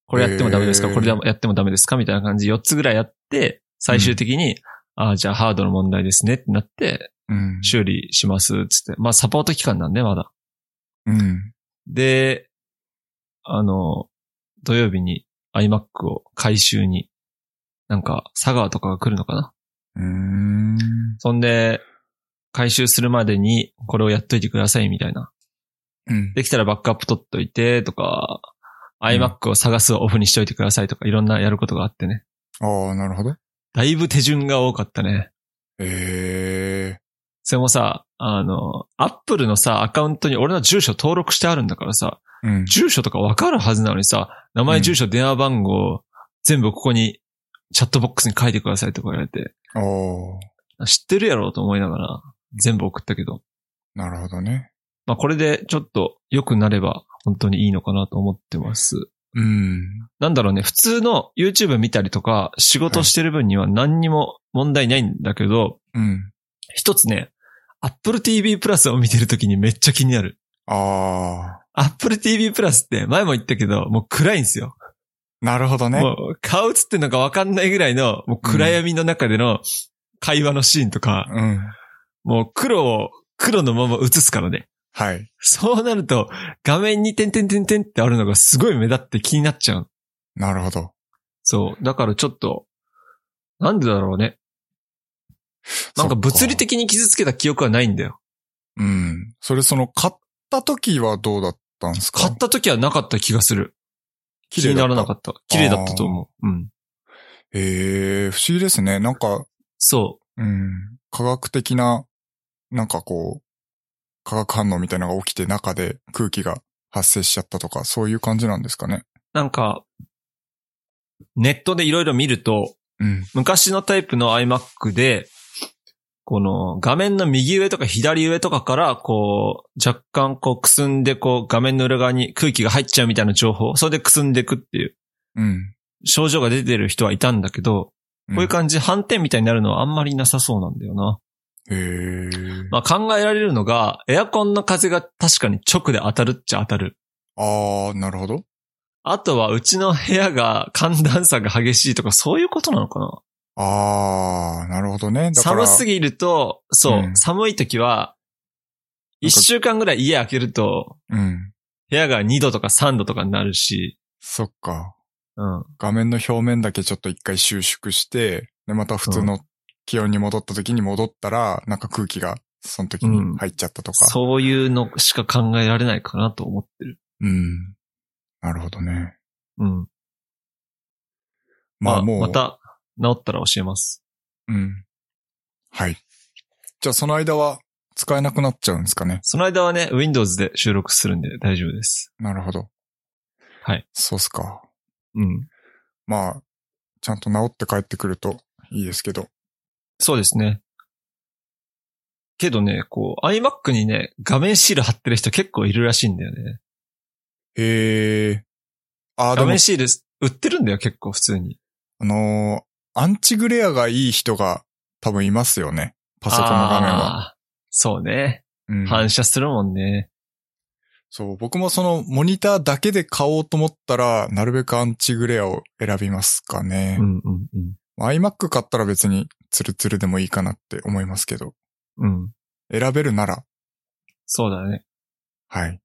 Speaker 2: これやってもダメですか
Speaker 1: へー
Speaker 2: これやってもダメですかみたいな感じで4つぐらいやって、最終的に、ああ、じゃあハードの問題ですねってなって、
Speaker 1: うん。
Speaker 2: 修理します、つって。まあ、サポート期間なんで、まだ。
Speaker 1: うん。
Speaker 2: で、あの、土曜日に iMac を回収に、なんか、佐川とかが来るのかな。
Speaker 1: うーん。
Speaker 2: そんで、回収するまでに、これをやっといてください、みたいな。
Speaker 1: うん。
Speaker 2: できたらバックアップ取っといて、とか、
Speaker 1: ん
Speaker 2: iMac を探すをオフにしといてくださいとか、いろんなやることがあってね。
Speaker 1: ああ、なるほど。
Speaker 2: だいぶ手順が多かったね。
Speaker 1: ええ
Speaker 2: それもさ、あの、Apple のさ、アカウントに俺の住所登録してあるんだからさ、
Speaker 1: うん。
Speaker 2: 住所とかわかるはずなのにさ、名
Speaker 1: う
Speaker 2: 前、
Speaker 1: ん
Speaker 2: 住所、電話番号、全部ここに、チャットボックスに書いてくださいとか言われて、
Speaker 1: ああ、
Speaker 2: 知ってるやろうと思いながら、全部送ったけど、
Speaker 1: なるほどね。
Speaker 2: まあこれでちょっと良くなれば本当にいいのかなと思ってます。
Speaker 1: うん。
Speaker 2: なんだろうね、普通の YouTube 見たりとか、仕事してる分には何にも問題ないんだけど、
Speaker 1: うん。
Speaker 2: 一つね、Apple TV プラスを見てるときにめっちゃ気になる。
Speaker 1: ああ、
Speaker 2: Apple TV プラスって前も言ったけど、もう暗いんですよ。
Speaker 1: なるほどね。
Speaker 2: もう顔映ってんのか分かんないぐらいの、もう暗闇の中での会話のシーンとか、
Speaker 1: うん。
Speaker 2: もう黒を黒のまま映すからね。
Speaker 1: はい。
Speaker 2: そうなると、画面に点点点点ってあるのがすごい目立って気になっちゃう。
Speaker 1: なるほど。
Speaker 2: そう。だからちょっと、なんでだろうね。なんか物理的に傷つけた記憶はないんだよ。
Speaker 1: そっか。うん。それその、買った時はどうだったんですか
Speaker 2: 買った時はなかった気がする。気にならなか
Speaker 1: っ
Speaker 2: った。綺麗だったと思う。うん。
Speaker 1: た。ええ不思議ですね。なんか、
Speaker 2: そ
Speaker 1: うん。科学的な、なんかこう、化学反応みたいなのが起きて中で空気が発生しちゃったとか、そういう感じなんですかね。
Speaker 2: う。なんか、ネットでいろいろ見ると、
Speaker 1: うん。
Speaker 2: 昔のタイプの iMac で、この画面の右上とか左上とかから、こう、若干こうくすんで、こう画面の裏側に空気が入っちゃうみたいな情報、それでくすんでくっていう
Speaker 1: うん。
Speaker 2: 症状が出てる人はいたんだけど、
Speaker 1: うん
Speaker 2: こういう感じ、反転みたいになるのはあんまりなさそうなんだよな。
Speaker 1: へー
Speaker 2: まあ考えられるのが、エアコンの風が確かに直で当たるっちゃ当たる。
Speaker 1: あー、なるほど。
Speaker 2: あとは、うちの部屋が寒暖差が激しいとか、そういうことなのかな
Speaker 1: あー、なるほどね。だから。
Speaker 2: 寒すぎると、そう、
Speaker 1: うん
Speaker 2: 寒い時は、一週間ぐらい家開けると、
Speaker 1: うん。
Speaker 2: 部屋が2度とか3度とかになるし、
Speaker 1: そっか。
Speaker 2: うん。
Speaker 1: 画面の表面だけちょっと一回収縮して、で、また普通の気温に戻った時に戻ったら、なんか空気がその時に入っちゃったとか。
Speaker 2: そういうのしか考えられないかなと思ってる。
Speaker 1: うん。なるほどね。
Speaker 2: うん。
Speaker 1: まあもう。
Speaker 2: また、治ったら教えます。
Speaker 1: うん。はい。じゃあその間は使えなくなっちゃうんですかね。
Speaker 2: その間はね、Windows で収録するんで大丈夫です。
Speaker 1: なるほど。
Speaker 2: はい。
Speaker 1: そうっすか。
Speaker 2: うん。
Speaker 1: まあ、ちゃんと治って帰ってくるといいですけど。
Speaker 2: そうですね。けどね、こう、iMac にね、画面シール貼ってる人結構いるらしいんだよね。
Speaker 1: へえ。ああ、で
Speaker 2: 画
Speaker 1: も
Speaker 2: 面、シール売ってるんだよ、結構普通に。
Speaker 1: あのーアンチグレアがいい人が多分いますよね。パソコンの画面は。
Speaker 2: あー。そうね。
Speaker 1: うん、
Speaker 2: 反射するもんね。
Speaker 1: そう、僕もそのモニターだけで買おうと思ったら、なるべくアンチグレアを選びますかね
Speaker 2: う。んうんうん。
Speaker 1: iMac 買ったら別にツルツルでもいいかなって思いますけど。
Speaker 2: うん。
Speaker 1: 選べるなら、
Speaker 2: そうだね。
Speaker 1: はい。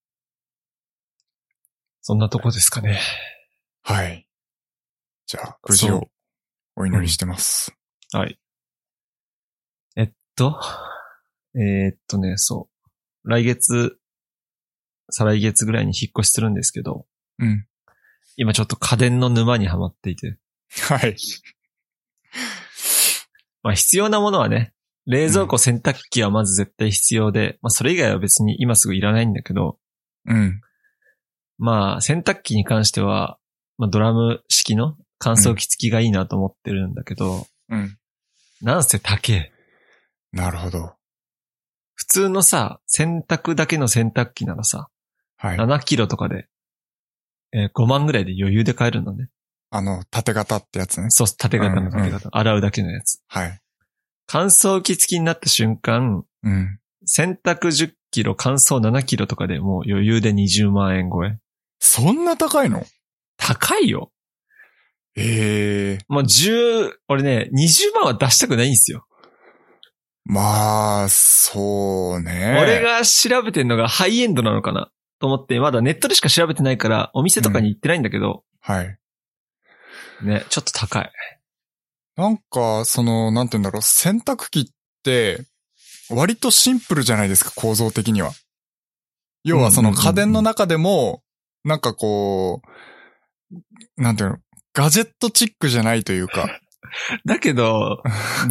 Speaker 2: そんなとこですかね。
Speaker 1: はい。じゃあ、無
Speaker 2: そう
Speaker 1: 事をお祈りしてます。
Speaker 2: はい。えっと、えーっとね、そう。来月、再来月ぐらいに引っ越しするんですけど、
Speaker 1: うん。
Speaker 2: 今ちょっと家電の沼にはまっていて。
Speaker 1: はい。
Speaker 2: まあ必要なものはね、冷蔵庫、洗濯機はまず絶対必要で、まあそれ以外は別に今すぐいらないんだけど、
Speaker 1: うん。
Speaker 2: まあ洗濯機に関しては、まあドラム式の乾燥機付きがいいなと思ってるんだけど、
Speaker 1: うん。
Speaker 2: なんせ高え。
Speaker 1: なるほど。
Speaker 2: 普通のさ、洗濯だけの洗濯機ならさ、
Speaker 1: はい。
Speaker 2: 7キロとかで、えー5万ぐらいで余裕で買えるのね。
Speaker 1: あの、縦型ってやつね。
Speaker 2: そう、縦型の縦
Speaker 1: うんう
Speaker 2: 型、洗うだけのやつ。
Speaker 1: はい。
Speaker 2: 乾燥機付きになった瞬間、
Speaker 1: うん。
Speaker 2: 洗濯10キロ、乾燥7キロとかでもう余裕で20万円超え。
Speaker 1: そんな高いの
Speaker 2: 高いよ。
Speaker 1: ええ
Speaker 2: もう10、俺ね、20万は出したくないんですよ。
Speaker 1: まあ、そうね。
Speaker 2: 俺。が調べてんのがハイエンドなのかなと思って、まだネットでしか調べてないから、お店とかに行ってないんだけど、
Speaker 1: はい。
Speaker 2: ね、ちょっと高い。
Speaker 1: なんか、その、なんて言うんだろう、洗濯機って、割とシンプルじゃないですか、構造的には。要はその
Speaker 2: うんうんうんう
Speaker 1: 家
Speaker 2: ん
Speaker 1: 電の中でも、なんかこう、なんていうの、ガジェットチックじゃないというか。
Speaker 2: だけ ど、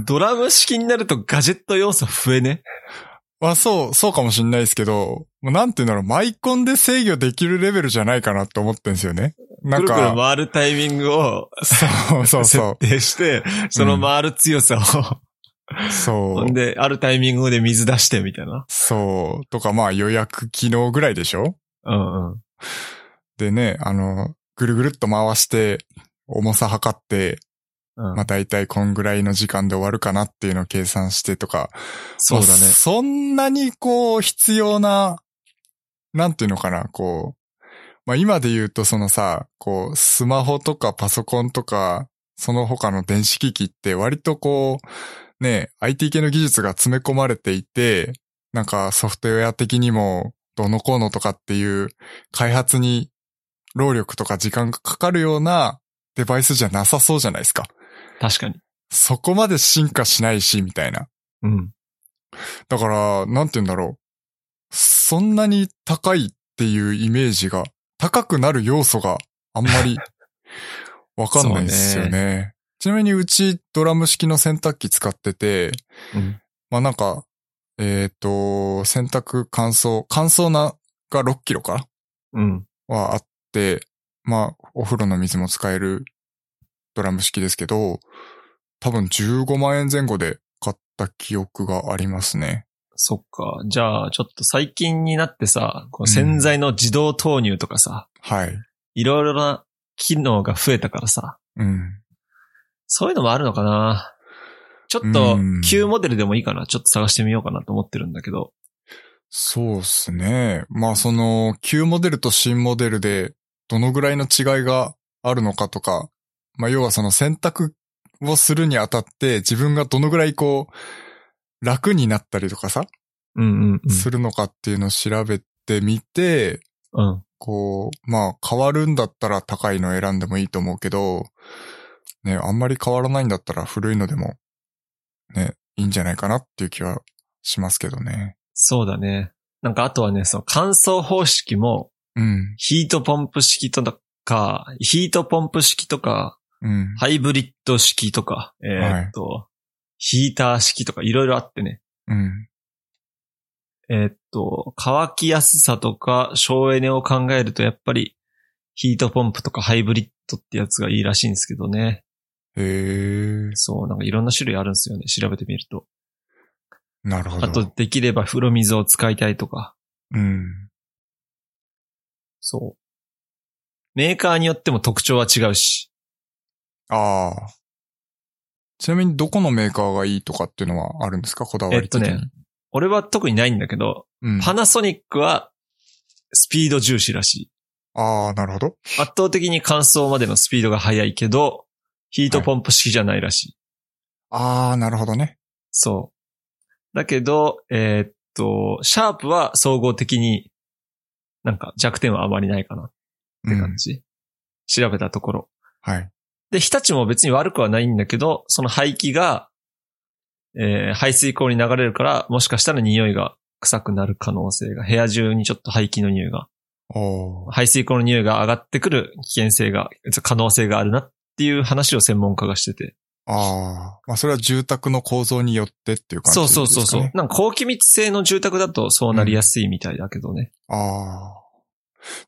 Speaker 2: ドラム式になるとガジェット要素増えね。
Speaker 1: まあそう、そうかもしんないですけど、もうなんていうんだろう、マイコンで制御できるレベルじゃないかなって思ってんですよね。
Speaker 2: く
Speaker 1: なん
Speaker 2: るくる
Speaker 1: か、
Speaker 2: 回るタイミングを
Speaker 1: そうそう
Speaker 2: 設
Speaker 1: そ
Speaker 2: 定して、その回る強さ
Speaker 1: う。
Speaker 2: を、
Speaker 1: そ
Speaker 2: ほん
Speaker 1: う。
Speaker 2: で、あるタイミングで水出してみたいな。
Speaker 1: そう。とかまあ予約機能ぐらいでしょ
Speaker 2: うんうん。
Speaker 1: でね、あの、ぐるぐるっと回して、重さ測って、
Speaker 2: うん
Speaker 1: まあ大体こんぐらいの時間で終わるかなっていうのを計算してとか。
Speaker 2: そうだ
Speaker 1: まあ
Speaker 2: ね。
Speaker 1: そんなにこう必要な、なんていうのかな、こう。まあ今で言うとそのさ、こう、スマホとかパソコンとか、その他の電子機器って割とこう、ね、IT 系の技術が詰め込まれていて、なんかソフトウェア的にも、どうのこうのとかっていう、開発に労力とか時間がかかるようなデバイスじゃなさそうじゃないですか。
Speaker 2: 確かに。
Speaker 1: そこまで進化しないし、みたいな。
Speaker 2: うん。
Speaker 1: だから、なんて言うんだろう。そんなに高いっていうイメージが、高くなる要素があんま りわかんないですよ
Speaker 2: そう
Speaker 1: ね。ちなみにうちドラム式の洗濯機使ってて、
Speaker 2: うん。
Speaker 1: まあなんか、えっ、と、洗濯乾燥、乾燥なが6キロか
Speaker 2: うん。
Speaker 1: はあって、まあお風呂の水も使えるドラム式ですけど、多分15万円前後で買っった記憶がありますね。
Speaker 2: そっか。じゃあ、ちょっと最近になってさ、こう洗剤の自動投入とかさ、
Speaker 1: はい。
Speaker 2: いろいろな機能が増えたからさ、
Speaker 1: うん。
Speaker 2: そういうのもあるのかなちょっと
Speaker 1: うん、
Speaker 2: 旧モデルでもいいかなちょっと探してみようかなと思ってるんだけど。
Speaker 1: そうっすね。まあその、旧モデルと新モデルで、どのぐらいの違いがあるのかとか、まあ要はその選択をするにあたって、自分がどのぐらいこう、楽になったりとかさ、
Speaker 2: うんうん
Speaker 1: するのかっていうのを調べてみて、
Speaker 2: うん。うん。
Speaker 1: こう、まあ変わるんだったら高いの選んでもいいと思うけど、ね、あんまり変わらないんだったら古いのでも、ね、いいんじゃないかなっていう気はしますけどね。
Speaker 2: そうだね。なんかあとはね、その乾燥方式も、
Speaker 1: うん、
Speaker 2: ヒートポンプ式とか、ヒートポンプ式とか、
Speaker 1: うん。
Speaker 2: ハイブリッド式とか、えーっと、ヒーター式とかいろいろあってね。
Speaker 1: うん。
Speaker 2: えーっと、乾きやすさとか省エネを考えるとやっぱりヒートポンプとかハイブリッドってやつがいいらしいんですけどね。
Speaker 1: へえ、
Speaker 2: そう、なんかいろんな種類あるんですよね。調べてみると。
Speaker 1: なるほど。
Speaker 2: あと、できれば風呂水を使いたいとか。
Speaker 1: うん。
Speaker 2: そう。メーカーによっても特徴は違うし。
Speaker 1: ああ。ちなみにどこのメーカーがいいとかっていうのはあるんですかこだわり的に。
Speaker 2: えっとね俺は特にないんだけど、
Speaker 1: うん。
Speaker 2: パナソニックはスピード重視らしい。
Speaker 1: ああ、なるほど。
Speaker 2: 圧倒的に乾燥までのスピードが速いけど、ヒートポンプ式じゃないらしい。
Speaker 1: ああ、なるほどね。
Speaker 2: そう。だけど、えーっと、シャープは総合的になんか弱点はあまりないかなっ
Speaker 1: う
Speaker 2: て
Speaker 1: ん
Speaker 2: 感。じ。調べたところ。
Speaker 1: はい。
Speaker 2: で、日立も別に悪くはないんだけど、その排気が、えー排水口に流れるから、もしかしたら匂いが臭くなる可能性が、部屋中にちょっと排気の匂いが、
Speaker 1: おー
Speaker 2: 排水口の匂いが上がってくる危険性が、可能性があるなっていう話を専門家がしてて。
Speaker 1: ああ。まあ、それは住宅の構造によってっていう感じ
Speaker 2: そ
Speaker 1: で
Speaker 2: う
Speaker 1: すか、
Speaker 2: そ
Speaker 1: ね。
Speaker 2: うそうそう。。なんか高気密性の住宅だとそうなりやすいみたいだけどね。
Speaker 1: ああ。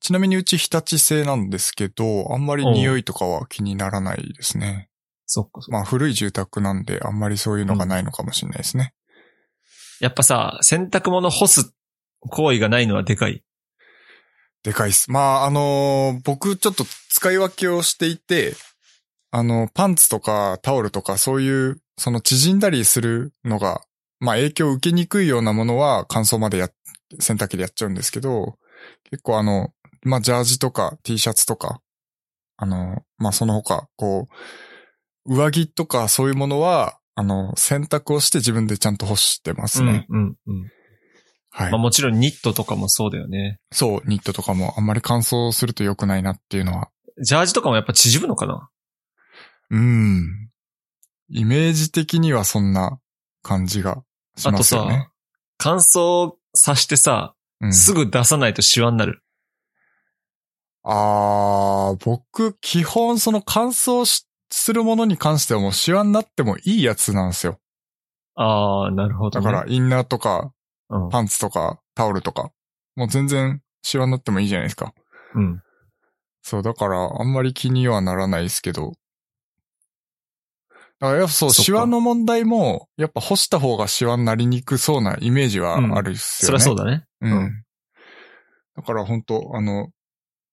Speaker 1: ちなみにうち日立製なんですけど、あんまり匂いとかは気にならないですね。
Speaker 2: そっかそっか。
Speaker 1: まあ古い住宅なんであんまりそういうのがないのかもしれないですね。
Speaker 2: やっぱさ、洗濯物干す行為がないのはでかい。
Speaker 1: でかいっす。まああのー僕ちょっと使い分けをしていて、あの、パンツとかタオルとかそういう、その縮んだりするのが、まあ影響を受けにくいようなものは乾燥までやっ、洗濯機でやっちゃうんですけど、結構あの、まあジャージとか T シャツとか、あの、まあその他、こう、上着とかそういうものは、あの、洗濯をして自分でちゃんと干してますね。
Speaker 2: うん、うん、うん。
Speaker 1: はい
Speaker 2: まあ。もちろんニットとかもそうだよね。
Speaker 1: そう、ニットとかもあんまり乾燥すると良くないなっていうのは。
Speaker 2: ジャージとかもやっぱ縮むのかな
Speaker 1: うん。イメージ的にはそんな感じがし
Speaker 2: あ
Speaker 1: ま
Speaker 2: と
Speaker 1: すよ
Speaker 2: さ
Speaker 1: ね。、
Speaker 2: 乾燥さしてさ、
Speaker 1: うん、
Speaker 2: すぐ出さないとシワになる。
Speaker 1: あー、僕、基本その乾燥しするものに関してはもうシワになってもいいやつなんですよ。
Speaker 2: ああ、なるほ
Speaker 1: だ
Speaker 2: ど、ね。
Speaker 1: から、、インナーとか、
Speaker 2: うん。
Speaker 1: パンツとか、タオルとか、もう全然シワになってもいいじゃないですか。
Speaker 2: うん。
Speaker 1: そう、だから、あんまり気にはならないですけど。だから、やっぱそう、
Speaker 2: そっか
Speaker 1: シワの問題も、やっぱ干した方がシワになりにくそうなイメージはあるっす
Speaker 2: そ
Speaker 1: よ
Speaker 2: り
Speaker 1: ね。
Speaker 2: ゃそうだね。
Speaker 1: う。
Speaker 2: うん
Speaker 1: だから、本当あの、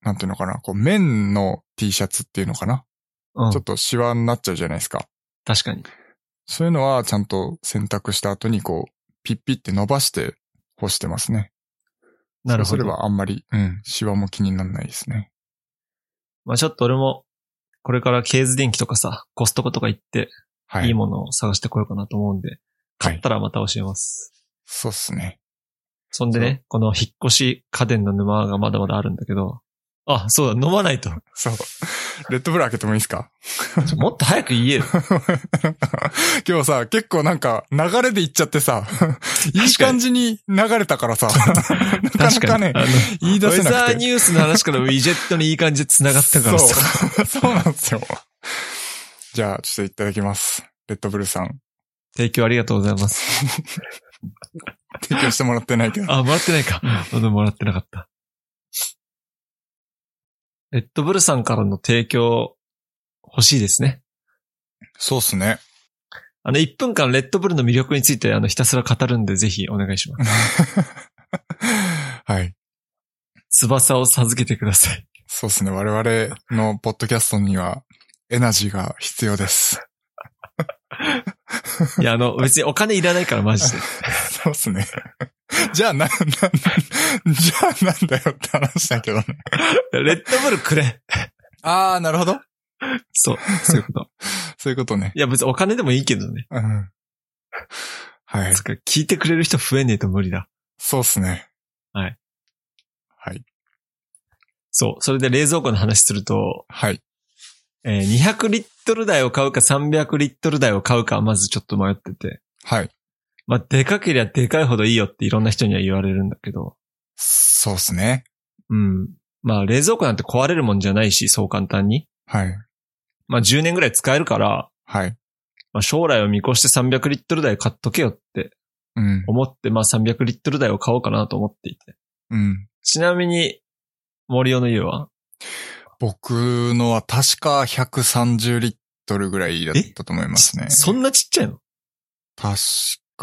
Speaker 1: なんていうのかな、こう、綿の T シャツっていうのかな。
Speaker 2: うん
Speaker 1: ちょっ。とシワになっちゃうじゃないですか。
Speaker 2: 確かに。
Speaker 1: そういうのは、ちゃんと洗濯した後に、こう、ピッピって伸ばして干してますね。
Speaker 2: なるほ
Speaker 1: そうすれ
Speaker 2: ど。
Speaker 1: ば、あんまり、うん、シワも気にならないですね。
Speaker 2: まあちょっと俺も、これからケーズ電機とかさ、コストコとか行って、
Speaker 1: はい。
Speaker 2: いいものを探してこようかなと思うんで、買ったらまた教えます。
Speaker 1: そうっすね。
Speaker 2: そんでね、この引っ越し家電の沼がまだまだあるんだけど、あ、そうだ、飲まないと。
Speaker 1: そう。レッドブル開けてもいいですか
Speaker 2: ちょ もっと早く言え よ。
Speaker 1: 今日さ、結構なんか流れでいっちゃってさ、いい感じに流れた からさ、なかな
Speaker 2: 確
Speaker 1: か
Speaker 2: かに。
Speaker 1: ね
Speaker 2: あ、の
Speaker 1: 言い
Speaker 2: ウ
Speaker 1: 出せ
Speaker 2: ェザ
Speaker 1: なく
Speaker 2: ー
Speaker 1: て。
Speaker 2: ニュースの話からウィジェットにいい感じで繋がったからさ。
Speaker 1: そう。 そうなんですよ。じゃあ、ちょっといただきます。レッドブルさん。
Speaker 2: 提供ありがとうございます。
Speaker 1: 提供してもらってないけど。
Speaker 2: あ、もらってないか。まだもらってなかった。レッドブルさんからの提供、欲しいですね。
Speaker 1: そうっすね。
Speaker 2: あの、1分間レッドブルの魅力について、あの、ひたすら語るんで、ぜひお願いします。
Speaker 1: はい。
Speaker 2: 翼を授けてください。
Speaker 1: そうですね。我々のポッドキャストにはエナジーが必要です。
Speaker 2: いや、あの、別にお金いらないから、マジ で。
Speaker 1: そうっすね。 じゃあな、 なん、じゃあなんだよって話だけどね。
Speaker 2: レッドブルくれ。
Speaker 1: あー、なるほど。
Speaker 2: そう、そういうこと。
Speaker 1: そういうことね。
Speaker 2: いや、別にお金でもいいけどね。
Speaker 1: うん。はい
Speaker 2: つ。うか聞いてくれる人増えねえと無理だ。
Speaker 1: そうっすね。
Speaker 2: はい。
Speaker 1: はい。
Speaker 2: そう。それで冷蔵庫の話すると、
Speaker 1: はい。
Speaker 2: えー200リットル台を買うか300リットル台を買うか、まずちょっと迷ってて。
Speaker 1: はい。
Speaker 2: まあ、でかけりゃでかいほどいいよっていろんな人には言われるんだけど。
Speaker 1: そうっすね。
Speaker 2: うん。まあ、冷蔵庫なんて壊れるもんじゃないし、そう簡単に。
Speaker 1: はい。
Speaker 2: まあ、10年ぐらい使えるから、
Speaker 1: はい。
Speaker 2: まあ、将来を見越して300リットル台買っとけよって
Speaker 1: うん。
Speaker 2: 思って、まあ、300リットル台を買おうかなと思っていて。
Speaker 1: うん。
Speaker 2: ちなみに、森尾の家は
Speaker 1: 僕のは確か130リットルぐらいだったと思いますね。
Speaker 2: そんなちっちゃいの
Speaker 1: 確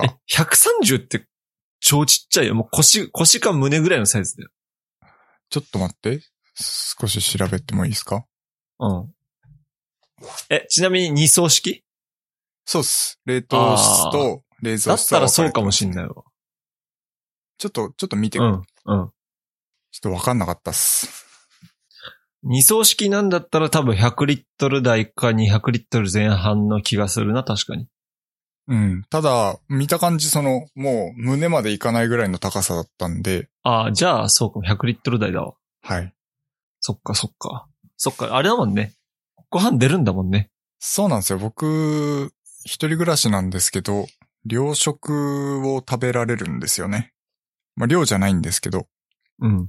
Speaker 2: え
Speaker 1: か。、
Speaker 2: 130って超ちっちゃいよ。もう腰、腰か胸ぐらいのサイズだよ。
Speaker 1: ちょっと待って。少し調べてもいいですか
Speaker 2: うん。え、ちなみに二層式
Speaker 1: そうっす。冷凍室と冷
Speaker 2: だ
Speaker 1: 蔵
Speaker 2: っ
Speaker 1: 室
Speaker 2: たらそうかもしん
Speaker 1: い。
Speaker 2: ないわ。
Speaker 1: ちょっと、ちょっと見て、
Speaker 2: うん、うん。
Speaker 1: ちょっとわかんなかったっす。
Speaker 2: 二層式なんだったら多分100リットル台か200リットル前半の気がするな、確かに。
Speaker 1: うん。ただ、見た感じ、その、もう胸までいかないぐらいの高さだったんで、
Speaker 2: ああ、じゃあそうかも、100リットル台だわ。
Speaker 1: はい。
Speaker 2: そっか、そっか。そっか、あれだもんね。ご飯出るんだもんね。
Speaker 1: そうなんですよ。僕、一人暮らしなんですけど、量食を食べられるんですよね。まあ、量じゃないんですけど、
Speaker 2: うん。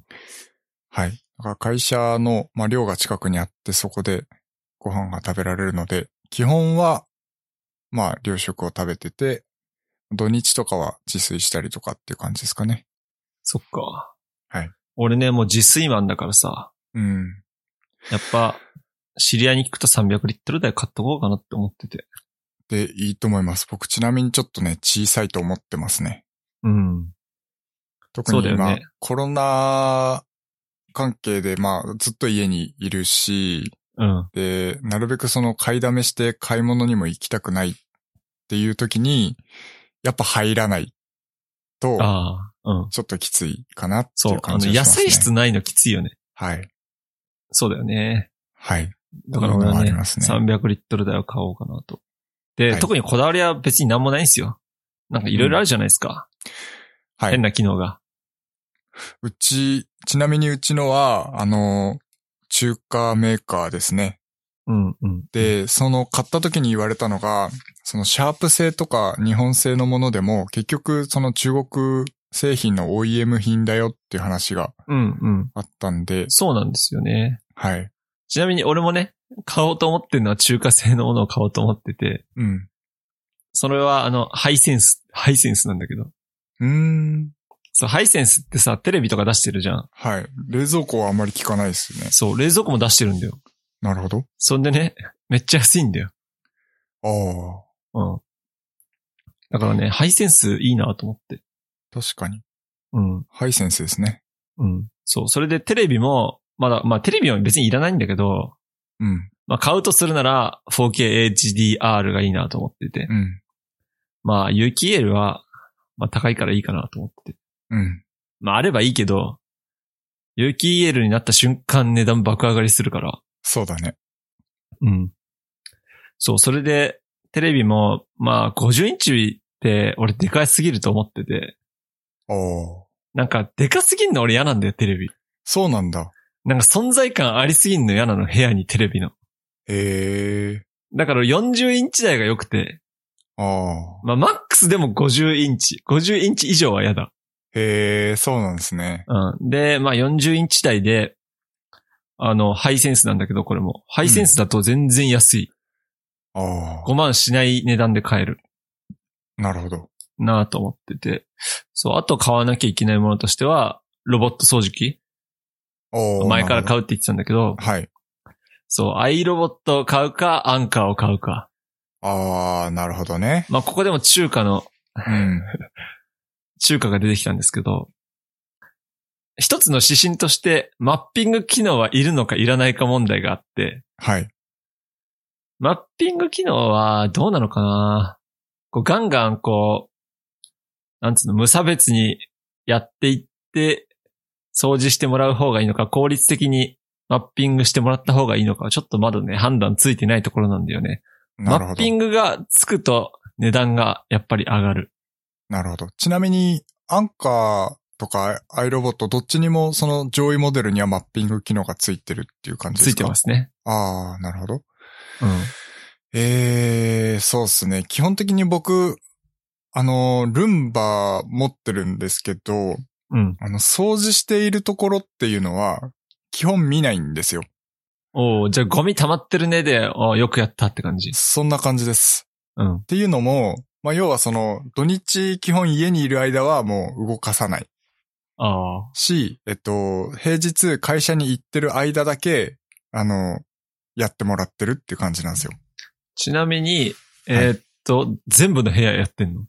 Speaker 1: はい。だから会社の、まあ、寮が近くにあって、そこでご飯が食べられるので、基本は、まあ、寮食を食べてて、土日とかは自炊したりとかっていう感じですかね。
Speaker 2: そっか。
Speaker 1: はい。
Speaker 2: 俺ね、もう自炊マンだからさ。
Speaker 1: うん。
Speaker 2: やっぱ、知り合いに聞くと300リットル台買っとこうかなって思ってて。
Speaker 1: で、いいと思います。僕、ちなみにちょっとね、小さいと思ってますね。
Speaker 2: うん。
Speaker 1: 特
Speaker 2: そう
Speaker 1: に
Speaker 2: だよね
Speaker 1: 今、コロナ関係で、まあ、ずっと家にいるし、
Speaker 2: うん。
Speaker 1: で、なるべくその買いだめして買い物にも行きたくないっていう時に、やっぱ入らないと、
Speaker 2: ああ。うん。
Speaker 1: ちょっときついかなってい
Speaker 2: そうう。あ
Speaker 1: 感
Speaker 2: の、
Speaker 1: じがし
Speaker 2: 野
Speaker 1: ます、ね。
Speaker 2: 菜室ないのきついよね。
Speaker 1: はい。
Speaker 2: そうだよね。
Speaker 1: はい。
Speaker 2: だか
Speaker 1: そうい
Speaker 2: ら俺は
Speaker 1: うのもあり
Speaker 2: ね、
Speaker 1: ますね
Speaker 2: 300リットル台を買おうかなと。で、
Speaker 1: はい
Speaker 2: 特にこだわりは別になんもないんですよ。なんかいろいろあるじゃないですか。
Speaker 1: は
Speaker 2: 変
Speaker 1: い。
Speaker 2: な機能が。
Speaker 1: うち、ちなみにうちのは、あの、中華メーカーですね。
Speaker 2: うん、うん。
Speaker 1: で、その買った時に言われたのが、そのシャープ製とか日本製のものでも、結局その中国製品の OEM 品だよっていう話が
Speaker 2: うん、うん。
Speaker 1: あったんで、
Speaker 2: そうなんですよね。
Speaker 1: はい。
Speaker 2: ちなみに俺もね、買おうと思ってるのは中華製のものを買おうと思ってて、
Speaker 1: うん。
Speaker 2: それはあの、ハイセンス、ハイセンスなんだけど。
Speaker 1: うーん。
Speaker 2: そう、ハイセンスってさ、テレビとか出してるじゃん。
Speaker 1: はい。冷蔵庫はあんまり効かないですね。
Speaker 2: そう、冷蔵庫も出してるんだよ。
Speaker 1: なるほど。
Speaker 2: そんでね、めっちゃ安いんだよ。
Speaker 1: あ
Speaker 2: うん。だからね、ハイセンスいいなと思って。
Speaker 1: あ、確かに。
Speaker 2: うん。
Speaker 1: ハイセンスですね。
Speaker 2: うん。そう、それでテレビも、まだ、まあテレビは別にいらないんだけど、
Speaker 1: うん。
Speaker 2: まあ買うとするなら 4KHDR がいいなと思ってて。
Speaker 1: うん。
Speaker 2: まあ UKL は、まあ高いからいいかなと思ってて。
Speaker 1: うん。
Speaker 2: まああればいいけど、UKL になった瞬間値段爆上がりするから。
Speaker 1: そうだね。
Speaker 2: うん。そう、それで、テレビも、まあ、50インチって、俺、でかすぎると思ってて、
Speaker 1: ああ。
Speaker 2: なんか、でかすぎんの俺嫌なんだよ、テレビ。
Speaker 1: そうなんだ。
Speaker 2: なんか、存在感ありすぎんの嫌なの、部屋にテレビの。
Speaker 1: へえ。
Speaker 2: だから、40インチ台が良くて、
Speaker 1: ああ。
Speaker 2: まあ、マックスでも50インチ。50インチ以上は嫌だ。
Speaker 1: へえ、そうなんですね。
Speaker 2: うん。で、まあ、40インチ台で、あの、ハイセンスなんだけど、これも。ハイセンスだと全然安い。
Speaker 1: あ
Speaker 2: 5万しない値段で買える。
Speaker 1: あ。なるほど。
Speaker 2: なぁと思ってて。そう、あと買わなきゃいけないものとしては、ロボット掃除機
Speaker 1: おー
Speaker 2: 前から
Speaker 1: なる
Speaker 2: 買うって言ってたんだけ
Speaker 1: ほ、
Speaker 2: ど
Speaker 1: どはい。
Speaker 2: そう、アイロボットを買うか、アンカーを買うか。
Speaker 1: ああ、なるほどね。
Speaker 2: まあ、ここでも中華の、
Speaker 1: うん。
Speaker 2: 中華が出てきたんですけど、一つの指針として、マッピング機能はいるのかいらないか問題があって、
Speaker 1: はい。
Speaker 2: マッピング機能はどうなのかなこうガンガンこう、なんつうの、無差別にやっていって、掃除してもらう方がいいのか、効率的にマッピングしてもらった方がいいのか、ちょっとまだね、判断ついてないところなんだよね。マ
Speaker 1: なるほ
Speaker 2: ッ
Speaker 1: ど
Speaker 2: ピ。ングがつくと値段がやっぱり上がる。
Speaker 1: なるほど。ちなみに、アンカーとかアイロボット、どっちにもその上位モデルにはマッピング機能がついてるっていう感じ
Speaker 2: つ
Speaker 1: で
Speaker 2: い
Speaker 1: すか。
Speaker 2: てますすね。
Speaker 1: ああ、なるほど。
Speaker 2: うん。
Speaker 1: ええそうですね。基本的に僕、あの、ルンバ持ってるんですけど、
Speaker 2: うん。
Speaker 1: あの、掃除しているところっていうのは、基本見ないんですよ。
Speaker 2: おおじゃあゴミ溜まってるねで、おーよくやったって感じ。
Speaker 1: そんな感じです。
Speaker 2: うん
Speaker 1: っ。ていうのも、まあ、要はその、土日基本家にいる間はもう動かさない
Speaker 2: ああ。
Speaker 1: し、えっと、平日会社に行ってる間だけ、あの、やってもらってるっていう感じなんですよ。
Speaker 2: ちなみに、えーっと、全部の部屋やってんの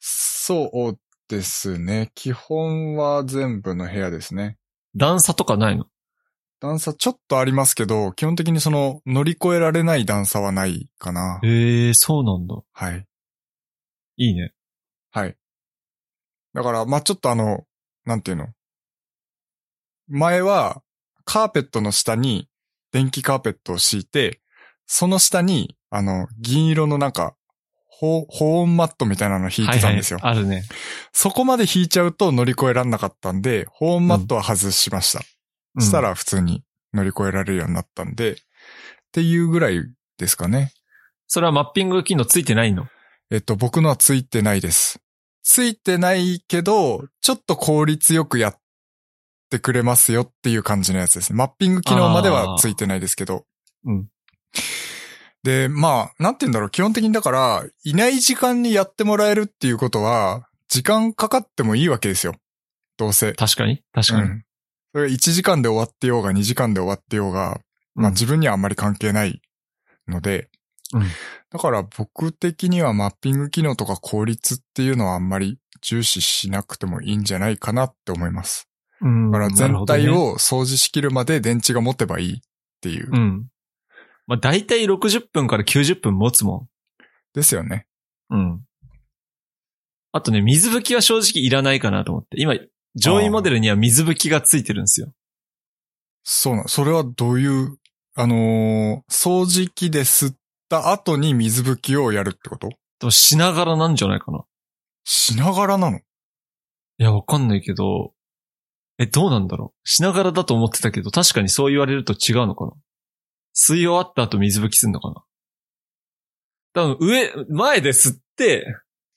Speaker 1: そうですね。基本は全部の部屋ですね。
Speaker 2: 段差とかないの
Speaker 1: 段差ちょっとありますけど、基本的にその乗り越えられない段差はないかな。
Speaker 2: ええそうなんだ。
Speaker 1: はい。
Speaker 2: いいね。
Speaker 1: はい。だから、まあ、ちょっとあの、なんていうの。前は、カーペットの下に、電気カーペットを敷いて、その下に、あの、銀色のなんか、保保温マットみたいなの引いてたんですよ。
Speaker 2: はいはい、あるね。
Speaker 1: そこまで引いちゃうと乗り越えられなかったんで、保温マットは外しました。
Speaker 2: うん
Speaker 1: した。ら普通に乗り越えられるようになったんで、っていうぐらいですかね。
Speaker 2: それはマッピング機能ついてないの
Speaker 1: えっと、僕のはついてないです。ついてないけど、ちょっと効率よくやってくれますよっていう感じのやつですね。マッピング機能まではついてないですけど。
Speaker 2: あーうん。
Speaker 1: で、まあ、なんて言うんだろう。基本的にだから、いない時間にやってもらえるっていうことは、時間かかってもいいわけですよ。どうせ。
Speaker 2: 確かに確かに。
Speaker 1: うん。それが1時間で終わってようが2時間で終わってようが、まあ
Speaker 2: うん
Speaker 1: 自分にはあんまり関係ないので、
Speaker 2: うん
Speaker 1: だから僕的にはマッピング機能とか効率っていうのはあんまり重視しなくてもいいんじゃないかなって思います。
Speaker 2: うん
Speaker 1: だから全体。
Speaker 2: なるほ
Speaker 1: を掃除しきるまで電池が持てばいいっていう。
Speaker 2: どねうん。まあ、大体60分から90分持つも
Speaker 1: ですよね。
Speaker 2: ん。うん。あとね、水拭きは正直いらないかなと思って。今、上位モデルには水拭きがついてるんですよ。
Speaker 1: そうな、それはどういう、あのー掃除機で吸った後に水拭きをやるってこと
Speaker 2: でもしながらなんじゃないかな。
Speaker 1: しながらなの
Speaker 2: いや、わかんないけど、え、どうなんだろうしながらだと思ってたけど、確かにそう言われると違うのかな吸い終わった後水拭きすんのかな多分上、前で吸って、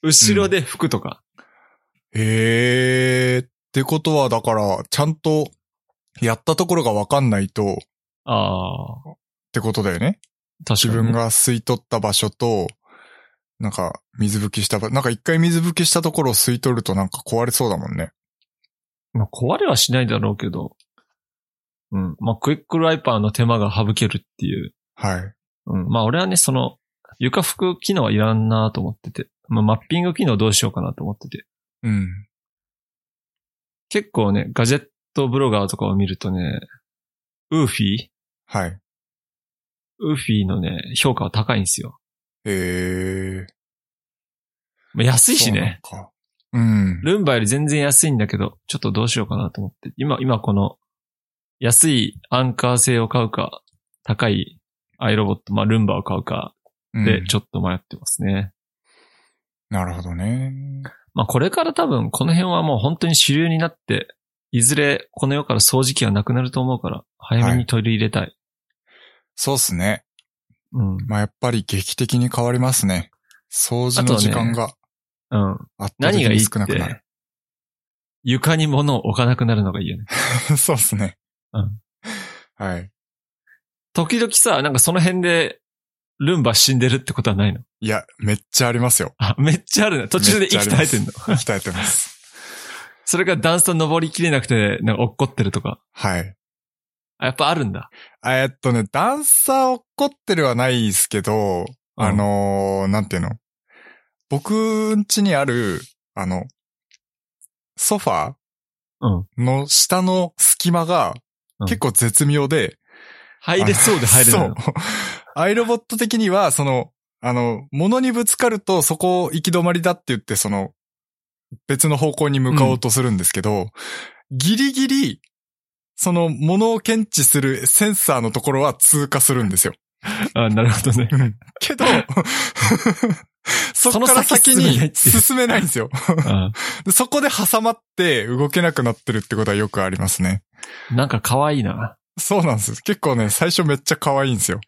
Speaker 2: 後ろで拭くとか。
Speaker 1: へえー、ってことは、だから、ちゃんと、やったところがわかんないと、っ
Speaker 2: ああ、
Speaker 1: てことだよね。
Speaker 2: 確か
Speaker 1: 自
Speaker 2: に、
Speaker 1: 分。が吸い取った場所と、なんか、水拭きした場、なんか一回水拭きしたところを吸い取るとなんか壊れそうだもんね。
Speaker 2: まあ、壊れはしないだろうけど、うん。まあ、クイックライパーの手間が省けるっていう。
Speaker 1: はい。
Speaker 2: うん。まあ、俺はね、その、床拭く機能はいらんなと思ってて。まあ、マッピング機能どうしようかなと思ってて。
Speaker 1: うん。
Speaker 2: 結構ね、ガジェットブロガーとかを見るとね、ウーフィー
Speaker 1: はい。
Speaker 2: ウーフィーのね、評価は高いんですよ。
Speaker 1: えー。
Speaker 2: まあ安いしね。
Speaker 1: そうなんか。うん。
Speaker 2: ルンバより全然安いんだけど、ちょっとどうしようかなと思って。今、今この、安いアンカー製を買うか、高いアイロボット、まあルンバを買うか
Speaker 1: う
Speaker 2: で
Speaker 1: ん、
Speaker 2: ちょっと迷ってますね。
Speaker 1: なるほどね。
Speaker 2: まあこれから多分この辺はもう本当に主流になって、いずれこの世から掃除機はなくなると思うから、早めに取り入れたい。
Speaker 1: そうっすね。
Speaker 2: うん。
Speaker 1: まあ、やっぱり劇的に変わりますね。掃除の時間が
Speaker 2: うん。
Speaker 1: 圧倒
Speaker 2: 何
Speaker 1: 的
Speaker 2: がい
Speaker 1: に
Speaker 2: いっ
Speaker 1: 少なくなる。
Speaker 2: て、床に物を置かなくなるのがいいよね。
Speaker 1: そうっすね。
Speaker 2: うん。
Speaker 1: はい。
Speaker 2: 時々さ、なんかその辺で、ルンバ死んでるってことはないの
Speaker 1: いや、めっちゃありますよ。
Speaker 2: あ、めっちゃあるね。途中で息絶えてんの。
Speaker 1: 鍛えてます。
Speaker 2: それが段差登りきれなくて、なんか落っこってるとか。
Speaker 1: はい。
Speaker 2: あやっぱあるんだ。
Speaker 1: えっとね、段差起こってるはないですけど、あのーなんていうの僕ん家にある、あの、ソファ
Speaker 2: うん。
Speaker 1: ーの下の隙間が
Speaker 2: うん
Speaker 1: 結構絶妙で、
Speaker 2: 入れそうで入れないの。
Speaker 1: そう。アイロボット的には、その、あの、物にぶつかるとそこを行き止まりだって言って、その、別の方向に向かおうとするんですけど、ギリギリ、その物を検知するセンサーのところは通過するんですよ。
Speaker 2: あ、なるほどね。
Speaker 1: けど、そこから先
Speaker 2: その先進めないっ
Speaker 1: に
Speaker 2: ていう
Speaker 1: 進めないんですよ。
Speaker 2: あ
Speaker 1: でそこで挟まって動けなくなってるってことはよくありますね。
Speaker 2: なんか可愛いな。
Speaker 1: そうなんです。結構ね、最初めっちゃ可愛いんですよ。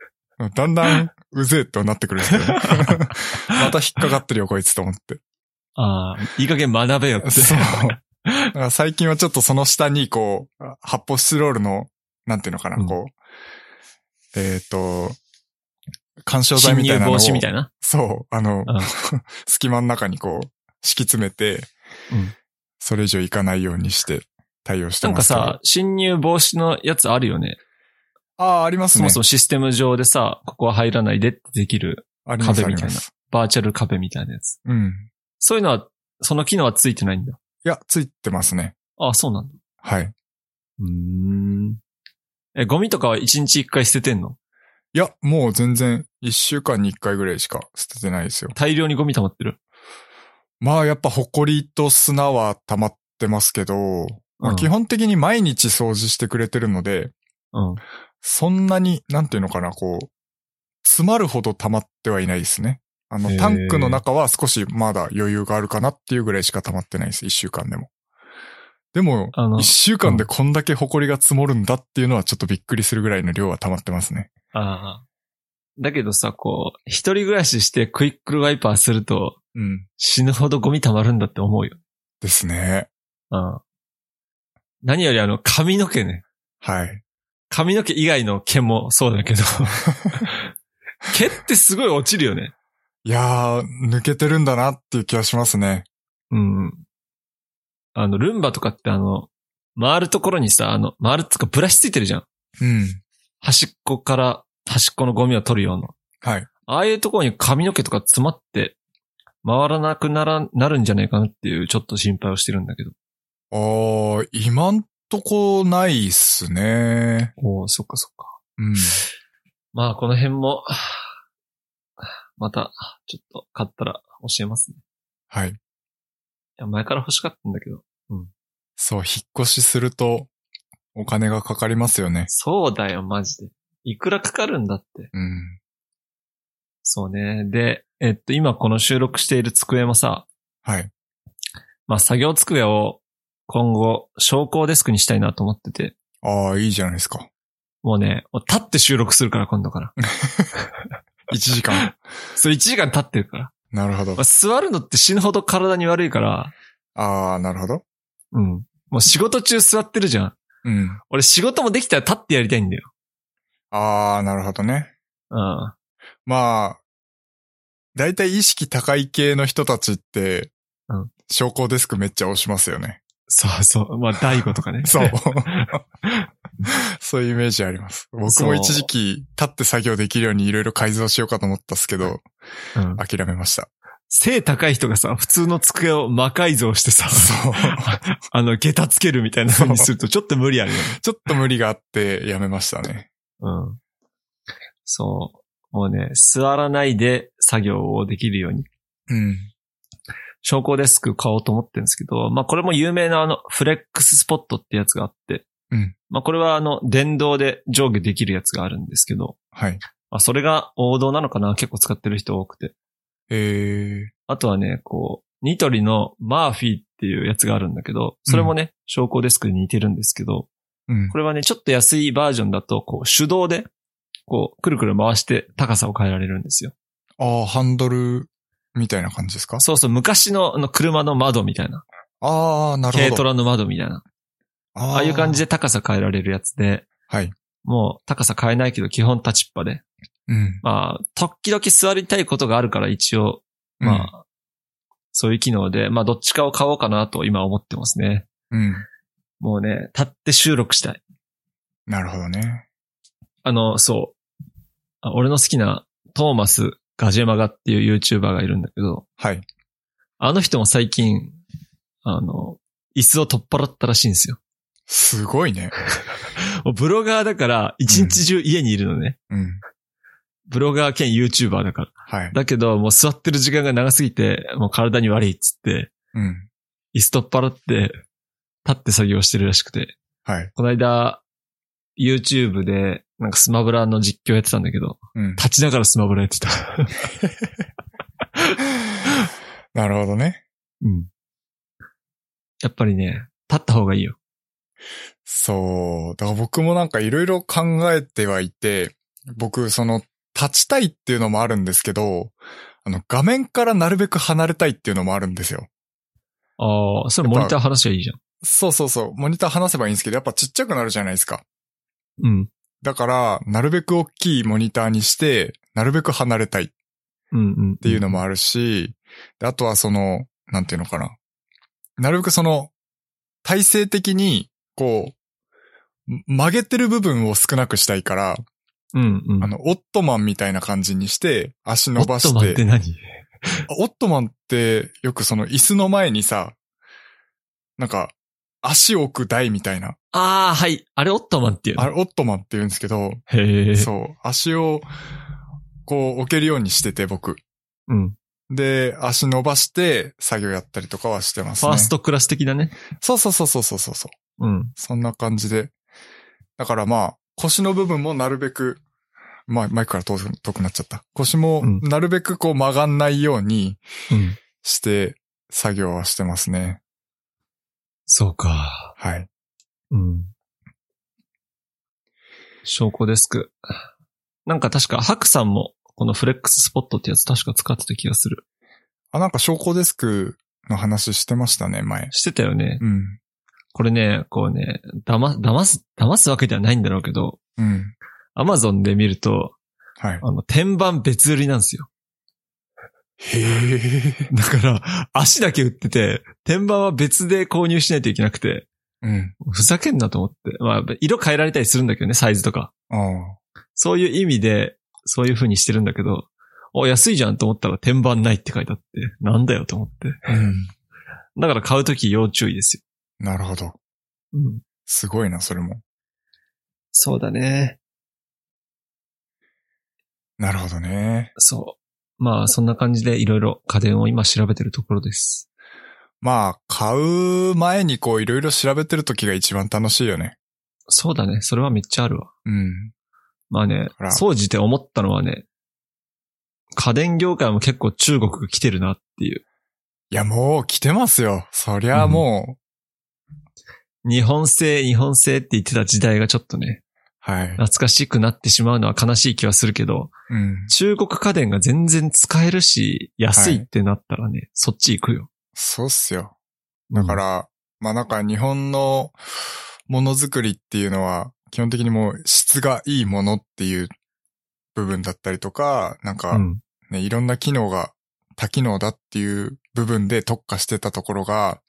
Speaker 1: だんだん、うぜえとなってくるん ですけど。また引っかかってるよ、こいつと思って。
Speaker 2: あいい加減学べよって。
Speaker 1: そう。だから最近はちょっとその下に、こう、発泡スチロールの、なんていうのかな、
Speaker 2: うん
Speaker 1: こう、えっ、と、干渉剤
Speaker 2: 侵
Speaker 1: みた
Speaker 2: 入
Speaker 1: いなの
Speaker 2: 防
Speaker 1: を。
Speaker 2: 止みたいな。
Speaker 1: そう、あの、
Speaker 2: うん
Speaker 1: 隙間の中にこう、敷き詰めて、
Speaker 2: うん
Speaker 1: それ以上いかないようにして対応して
Speaker 2: なん
Speaker 1: ま
Speaker 2: か
Speaker 1: すけど。
Speaker 2: さ、侵入防止のやつあるよね。
Speaker 1: ああ、あります
Speaker 2: そ
Speaker 1: ね。
Speaker 2: もそもシステム上でさ、ここは入らないでってできる
Speaker 1: あります、あ
Speaker 2: 壁
Speaker 1: り
Speaker 2: みたい
Speaker 1: ま
Speaker 2: な
Speaker 1: す。
Speaker 2: バーチャル壁みたいなやつ。
Speaker 1: うん。
Speaker 2: そういうのは、その機能はついてないんだ。
Speaker 1: いや、ついてますね。
Speaker 2: あそうなんだ。
Speaker 1: はい。
Speaker 2: うーん。え、ゴミとかは一日一回捨ててんの
Speaker 1: いや、もう全然、一週間に一回ぐらいしか捨ててないですよ。
Speaker 2: 大量にゴミ溜まってる。
Speaker 1: まあ、やっぱ、埃と砂は溜まってますけど、まあ、
Speaker 2: うん
Speaker 1: 基本的に毎日掃除してくれてるので、
Speaker 2: うん。
Speaker 1: そんなに、なんていうのかな、こう、詰まるほど溜まってはいないですね。あ
Speaker 2: へ
Speaker 1: の、
Speaker 2: ー
Speaker 1: タンクの中は少しまだ余裕があるかなっていうぐらいしか溜まってないです、一週間でも。でも
Speaker 2: あ、の
Speaker 1: 一週間でこんだけ埃が積もるんだっていうのはちょっとびっくりするぐらいの量は溜まってますね。
Speaker 2: ああ。だけどさ、こう、一人暮らししてクイックルワイパーすると
Speaker 1: うん。
Speaker 2: 死ぬほどゴミ溜まるんだって思うよ。
Speaker 1: ですね。
Speaker 2: うん。何よりあの、髪の毛ね。
Speaker 1: はい。
Speaker 2: 髪の毛以外の毛もそうだ けど。毛ってすごい落ちるよね。
Speaker 1: いやー、抜けてるんだなっていう気がしますね。
Speaker 2: うん。あの、ルンバとかってあの、回るところにさ、あの、回るっていうかブラシついてるじゃん。
Speaker 1: うん。
Speaker 2: 端っこから端っこのゴミを取るような。
Speaker 1: はい。
Speaker 2: ああいうところに髪の毛とか詰まって、回らなくなら、なるんじゃないかなっていう、ちょっと心配をしてるんだけど。
Speaker 1: あー、今んとこないっすね。
Speaker 2: おおそっかそっか。
Speaker 1: うん。
Speaker 2: まあ、この辺も、 はあまた、ちょっと買ったら教えますね。
Speaker 1: はい。
Speaker 2: いや、前から欲しかったんだけど。
Speaker 1: そう、引っ越しすると、お金がかかりますよね。
Speaker 2: そうだよ、マジで。いくらかかるんだって。
Speaker 1: うん。
Speaker 2: そうね。で、えっと、今この収録している机もさ、
Speaker 1: はい。
Speaker 2: まあ、作業机を今後、昇降デスクにしたいなと思ってて。
Speaker 1: ああ、いいじゃないですか。
Speaker 2: もうね、もう立って収録するから、今度から。
Speaker 1: 1時 間。
Speaker 2: それ1時間経ってるから。
Speaker 1: なるほど
Speaker 2: まあ、。座るのって死ぬほど体に悪いから、
Speaker 1: ああ、なるほど。
Speaker 2: うん。もう仕事中座ってるじゃん。
Speaker 1: うん。
Speaker 2: 俺仕事もできたら立ってやりたいんだよ。
Speaker 1: ああ、なるほどね。
Speaker 2: うん。
Speaker 1: まあ、だいたい意識高い系の人たちって、
Speaker 2: うん
Speaker 1: 昇降デスクめっちゃ押しますよね。
Speaker 2: そうそう。まあ、大悟とかね。
Speaker 1: そう。そういうイメージあります。僕
Speaker 2: そう
Speaker 1: も一時期立って作業できるようにいろいろ改造しようかと思ったっすけど、
Speaker 2: うん。
Speaker 1: 諦めました。
Speaker 2: 背高い人がさ、普通の机を魔改造してさ、
Speaker 1: そう。
Speaker 2: あの、下駄つけるみたいな風にするとちょっと無理あるよね。
Speaker 1: ちょっと無理があってやめましたね。
Speaker 2: うん。そう。もうね、座らないで作業をできるように。
Speaker 1: うん。
Speaker 2: 昇降デスク買おうと思ってるんですけど、まあこれも有名なあの、フレックススポットってやつがあって、
Speaker 1: うん
Speaker 2: まあこれはあの、電動で上下できるやつがあるんですけど、
Speaker 1: はい。
Speaker 2: まあそれが王道なのかな結構使ってる人多くて。
Speaker 1: え
Speaker 2: あとはね、こう、ニトリのマーフィーっていうやつがあるんだけど、それもね、昇降デスクに似てるんですけど、
Speaker 1: ー、うん
Speaker 2: こ。れはね、ちょっと安いバージョンだと、こう、手動で、こう、くるくる回して高さを変えられるんですよ。
Speaker 1: ああ、ハンドルみたいな感じですか
Speaker 2: そうそう、昔のあの車の窓みたいな。
Speaker 1: ああ、なるほど。
Speaker 2: 軽トラの窓みたいな。
Speaker 1: あ
Speaker 2: ああいう感じ
Speaker 1: で。
Speaker 2: で高さ変えられるやつで、
Speaker 1: はい。
Speaker 2: もう高さ変えないけど基本立ちっぱで。
Speaker 1: うん。
Speaker 2: まあ、時々座りたいことがあるから一応、まあ、そういう機能で、まあどっちかを買おうかなと今思ってますね。
Speaker 1: うん。うん。
Speaker 2: もうね、立って収録したい。
Speaker 1: なるほどね。
Speaker 2: あの、そう。あ俺の好きなトーマスガジェマガっていう YouTuber がいるんだけど、
Speaker 1: はい。
Speaker 2: あの人も最近、あの、椅子を取っ払ったらしいんですよ。
Speaker 1: すごいね。
Speaker 2: もうブロガーだから、一日中家にいるのね。
Speaker 1: うん。
Speaker 2: ブロガー兼 YouTuber だから。
Speaker 1: はい。
Speaker 2: だけど、もう座ってる時間が長すぎて、もう体に悪いっつって、
Speaker 1: うん。
Speaker 2: 椅子取っ払って、立って作業してるらしくて。
Speaker 1: はい。
Speaker 2: この間、YouTube で、なんかスマブラの実況やってたんだけど、
Speaker 1: うん。
Speaker 2: 立ちながらスマブラやってた。
Speaker 1: なるほどね。
Speaker 2: うん。やっぱりね、立った方がいいよ。
Speaker 1: そう。だから僕もなんかいろいろ考えてはいて、僕、その、立ちたいっていうのもあるんですけど、あの、画面からなるべく離れたいっていうのもあるんですよ。
Speaker 2: ああ、それモニター話がいいじゃん。
Speaker 1: そうそうそう。モニター離せばいいんですけど、やっぱちっちゃくなるじゃないですか。
Speaker 2: うん。
Speaker 1: だから、なるべく大きいモニターにして、なるべく離れたいっ
Speaker 2: うんうん。って
Speaker 1: いうのもあるし、であとはその、なんていうのかな。なるべくその、体勢的に、こう、ん曲げてる部分を少なくしたいから、
Speaker 2: うんうん。
Speaker 1: あの、オットマンみたいな感じにして、足伸ばし
Speaker 2: オットマンって
Speaker 1: て。
Speaker 2: 何
Speaker 1: あオットマンって、よくその椅子の前にさ、なんか、足置く台みたいな。
Speaker 2: ああ、はい。あれオットマンっていうの。
Speaker 1: あれ、オットマンって言うんですけど、
Speaker 2: へえ。
Speaker 1: そう、足を、こう置けるようにしてて、僕。
Speaker 2: うん。
Speaker 1: で、足伸ばして作業やったりとかはしてます
Speaker 2: フ
Speaker 1: ね。
Speaker 2: ァーストクラス的だね。
Speaker 1: そうそうそうそうそうそうそう。
Speaker 2: うん。
Speaker 1: そんな感じで。だからまあ、腰の部分もなるべく、まあ、マイクから遠く遠くなっちゃった。腰も
Speaker 2: うん
Speaker 1: なるべくこう曲がんないように、
Speaker 2: うん。
Speaker 1: して作業はしてますね。
Speaker 2: そうか。
Speaker 1: はい。
Speaker 2: うん。証拠デスク。なんか確か、ハクさんも、このフレックススポットってやつ確か使ってた気がする。
Speaker 1: あ、なんか証拠デスクの話してましたね、前。
Speaker 2: してたよね。
Speaker 1: うん。
Speaker 2: これね、こうね、騙、騙す、騙すわけではないんだろうけど、
Speaker 1: うん。
Speaker 2: アマゾンで見ると、
Speaker 1: はい。
Speaker 2: あの、天板別売りなんですよ。
Speaker 1: へえ。
Speaker 2: だから、足だけ売ってて、天板は別で購入しないといけなくて、
Speaker 1: うん。
Speaker 2: ふざけんなと思って。まあ、色変えられたりするんだけどね、サイズとか。
Speaker 1: ああ。
Speaker 2: そういう意味で、そういう風にしてるんだけど、お、安いじゃんと思ったら天板ないって書いてあって、なんだよと思って。
Speaker 1: うん。
Speaker 2: だから買うとき要注意ですよ。
Speaker 1: なるほど。
Speaker 2: うん。
Speaker 1: すごいな、それも。
Speaker 2: そうだね。
Speaker 1: なるほどね。
Speaker 2: そう。まあ、そんな感じでいろいろ家電を今調べてるところです。
Speaker 1: まあ、買う前にこういろいろ調べてる時が一番楽しいよね。
Speaker 2: そうだね。それはめっちゃあるわ。
Speaker 1: うん。
Speaker 2: まあね
Speaker 1: あら、
Speaker 2: 総じて思ったのはね、家電業界も結構中国が来てるなっていう。
Speaker 1: いや、もう来てますよ。そりゃも
Speaker 2: 日本製、日本製って言ってた時代がちょっとね、
Speaker 1: う、はい。
Speaker 2: 懐かしくなってしまうのは悲しい気はするけど、
Speaker 1: うん。
Speaker 2: 中国家電が全然使えるし、安いってなったらね、そっち行くよ。
Speaker 1: そうっすよ。
Speaker 2: だ
Speaker 1: だか、ら、まあなんか日本のものづくりっていうのは、基本的にもう質がいいものっていう部分だったりとか、なん
Speaker 2: う
Speaker 1: かね、
Speaker 2: ん。
Speaker 1: いろんな機能が多機能だっていう部分で特化してたところが、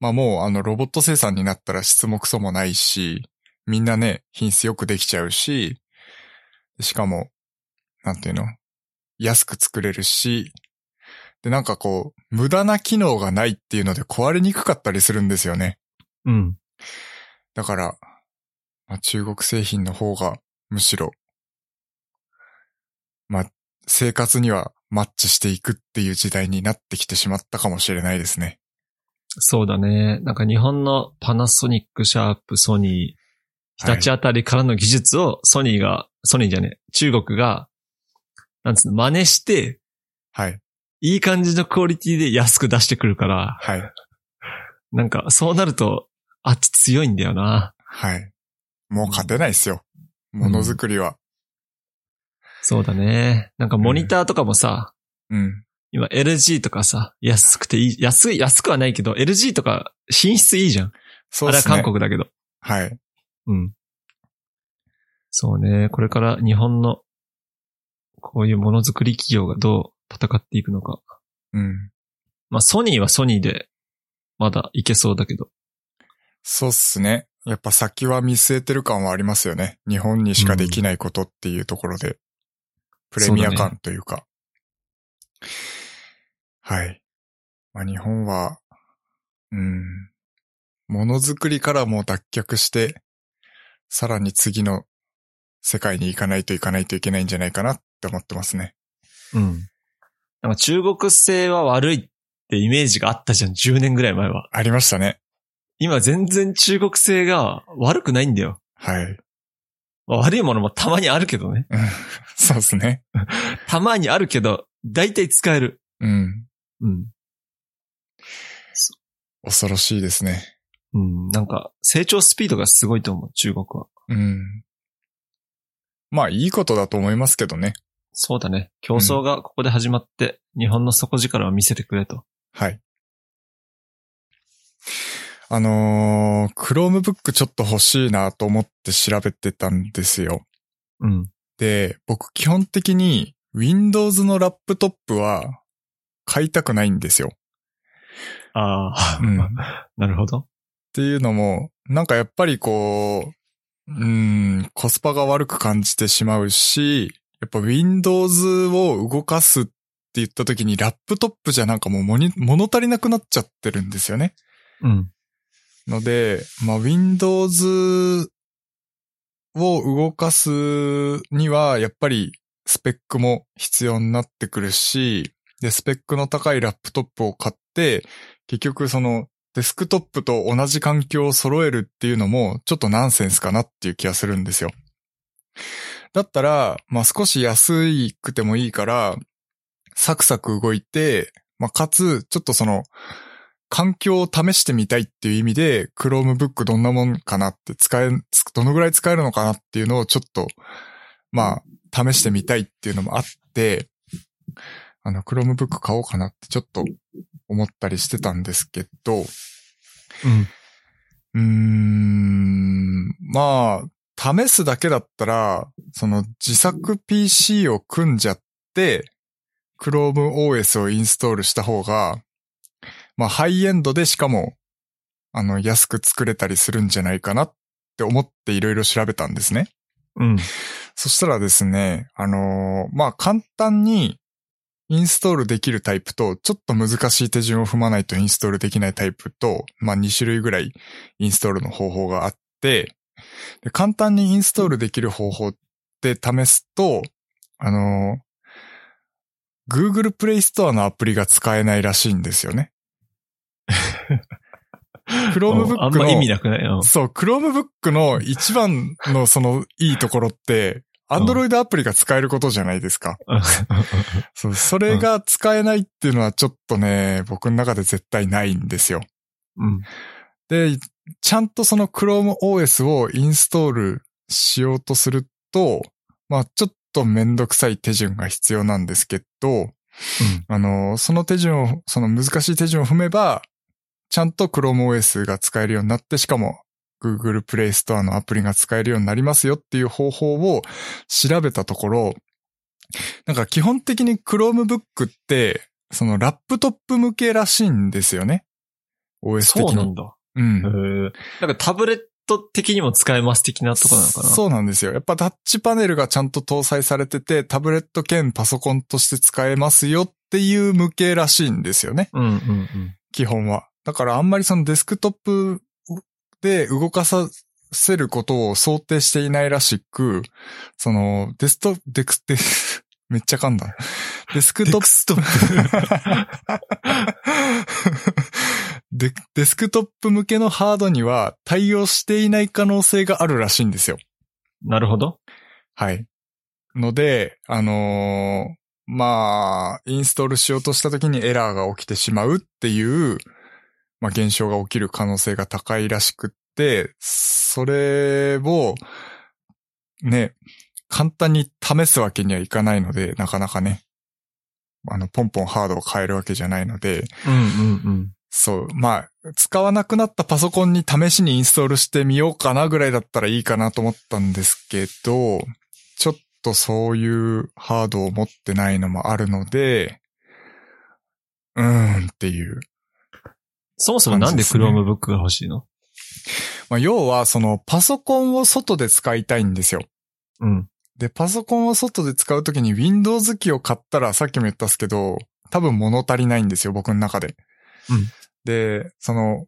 Speaker 1: まあもうあのロボット生産になったら質もクソもないし、みんなね、品質よくできちゃうし、しかも、なんていうの安く作れるし、で、なんかこう、無駄な機能がないっていうので壊れにくかったりするんですよね。
Speaker 2: うん。
Speaker 1: だから、まあ、中国製品の方が、むしろ、まあ、生活にはマッチしていくっていう時代になってきてしまったかもしれないですね。
Speaker 2: そうだね。なんか日本のパナソニック、シャープ、ソニー、日
Speaker 1: はい
Speaker 2: 立あたりからの技術をソニーが、ソニーじゃねえ、中国が、なんつうの、真似して、
Speaker 1: はい、
Speaker 2: いい感じのクオリティで安く出してくるから、
Speaker 1: はい、
Speaker 2: なんかそうなると、あっち強いんだよな。
Speaker 1: はい。もう勝てないっすよ。ものづくりは。
Speaker 2: そうだね。なんかモニターとかもさ、
Speaker 1: うん。
Speaker 2: 今 LG とかさ、安くていい、安い、安くはないけど、LG とか品質いいじゃん。
Speaker 1: そう
Speaker 2: あ
Speaker 1: で
Speaker 2: れは
Speaker 1: すね。
Speaker 2: 韓国だけど。
Speaker 1: はい。
Speaker 2: うん。そうね。これから日本の、こういうものづくり企業がどう戦っていくのか。
Speaker 1: うん。
Speaker 2: まあ、ソニーはソニーで、まだいけそうだけど。
Speaker 1: そうっすね。やっぱ先は見据えてる感はありますよね。日本にしかできないことっていうところで、プレミア
Speaker 2: そうだ
Speaker 1: 感というか。はい。まあ、日本は、うん、ものづくりからも脱却して、さらに次の世界に行かないといかないといけないんじゃないかなって思ってますね。
Speaker 2: うん。なんか中国製は悪いってイメージがあったじゃん、10年ぐらい前は。
Speaker 1: ありましたね。
Speaker 2: 今全然中国製が悪くないんだよ。
Speaker 1: はい。
Speaker 2: まあ悪いものもたまにあるけどね。
Speaker 1: うんそうですね。
Speaker 2: たまにあるけど、大体使える。
Speaker 1: うん。
Speaker 2: うん。
Speaker 1: 恐ろしいですね。
Speaker 2: うん。なんか、成長スピードがすごいと思う、中国は。
Speaker 1: うん。まあ、いいことだと思いますけどね。
Speaker 2: そうだね。競争がここで始まって、日本の底力を見せてくれと。
Speaker 1: はい。あのー、Chromebook ちょっと欲しいなと思って調べてたんですよ。
Speaker 2: うん。
Speaker 1: で、僕基本的に Windows のラップトップは買いたくないんですよ。
Speaker 2: ああ、
Speaker 1: うん
Speaker 2: なるほど。
Speaker 1: っていうのも、なんかやっぱりこう、うーん、コスパが悪く感じてしまうし、やっぱ Windows を動かすって言った時にラップトップじゃなんかもうもに物足りなくなっちゃってるんですよね。
Speaker 2: うん。
Speaker 1: ので、まあ Windows を動かすにはやっぱりスペックも必要になってくるし、で、スペックの高いラップトップを買って、結局そのデスクトップと同じ環境を揃えるっていうのもちょっとナンセンスかなっていう気がするんですよ。だったら、まあ、少し安いくてもいいから、サクサク動いて、まあ、かつ、ちょっとその、環境を試してみたいっていう意味で、Chromebook どんなもんかなって使え、つどのぐらい使えるのかなっていうのをちょっと、まあ、試してみたいっていうのもあって、あの、Chromebook 買おうかなってちょっと思ったりしてたんですけど、
Speaker 2: うん。
Speaker 1: うーん、まあ、試すだけだったら、その自作 PC を組んじゃって、Chrome OS をインストールした方が、まあ、ハイエンドでしかも、あの、安く作れたりするんじゃないかなって思っていろいろ調べたんですね。
Speaker 2: うん。
Speaker 1: そしたらですね、あのーまあ、簡単にインストールできるタイプと、ちょっと難しい手順を踏まないとインストールできないタイプと、まあ、2種類ぐらいインストールの方法があって、で簡単にインストールできる方法で試すと、あのー Google Play Store のアプリが使えないらしいんですよ ね。Chromebook
Speaker 2: あんま
Speaker 1: の
Speaker 2: 意味なくないうん
Speaker 1: そう、Chromebook の一番のそのいいところ って、
Speaker 2: ん
Speaker 1: Android アプリが使えることじゃないですか。 そう、それが使えないっていうのはちょっとね、僕の中で絶対ないんですよ。
Speaker 2: うん。
Speaker 1: で、ちゃんとその Chrome OS をインストールしようとすると、まあちょっとめんどくさい手順が必要なんですけど、あの、その手順を、その難しい手順を踏めば、ちゃんと Chrome OS が使えるようになって、しかも Google Play Store のアプリが使えるようになりますよっていう方法を調べたところ、なんか基本的に Chromebook って、そのラップトップ向けらしいんですよね。OS
Speaker 2: そう
Speaker 1: 的
Speaker 2: な
Speaker 1: に。
Speaker 2: んだ。
Speaker 1: うん
Speaker 2: へえ。なんかタブレット的にも使えます的なとこなのかな
Speaker 1: そうなんですよ。やっぱタッチパネルがちゃんと搭載されてて、タブレット兼パソコンとして使えますよっていう向けらしいんですよね。
Speaker 2: うんうんうん。
Speaker 1: 基本は。だからあんまりそのデスクトップで動かさせることを想定していないらしく、そのデスト、デクス、デス、 めっちゃ噛んだ。デスクトップ。 デストップデスクトップ向けのハードには対応していない可能性があるらしいんですよ。
Speaker 2: なるほど。
Speaker 1: はい。ので、あのーまあ、インストールしようとした時にエラーが起きてしまうっていう、まあ、現象が起きる可能性が高いらしくって、それを、ね、簡単に試すわけにはいかないので、なかなかね、あの、ポンポンハードを変えるわけじゃないので、
Speaker 2: うんうん
Speaker 1: そう。まあ、使わなくなったパソコンに試しにインストールしてみようかなぐらいだったらいいかなと思ったんですけど、ちょっとそういうハードを持ってないのもあるので、うーんっていう。
Speaker 2: そもそもな
Speaker 1: 感
Speaker 2: んで
Speaker 1: じですね
Speaker 2: Chromebook が欲しいの
Speaker 1: まあ、要はそのパソコンを外で使いたいんですよ。
Speaker 2: うん。
Speaker 1: で、パソコンを外で使うときに Windows 機を買ったらさっきも言ったんですけど、多分物足りないんですよ、僕の中で。
Speaker 2: うん
Speaker 1: で、その、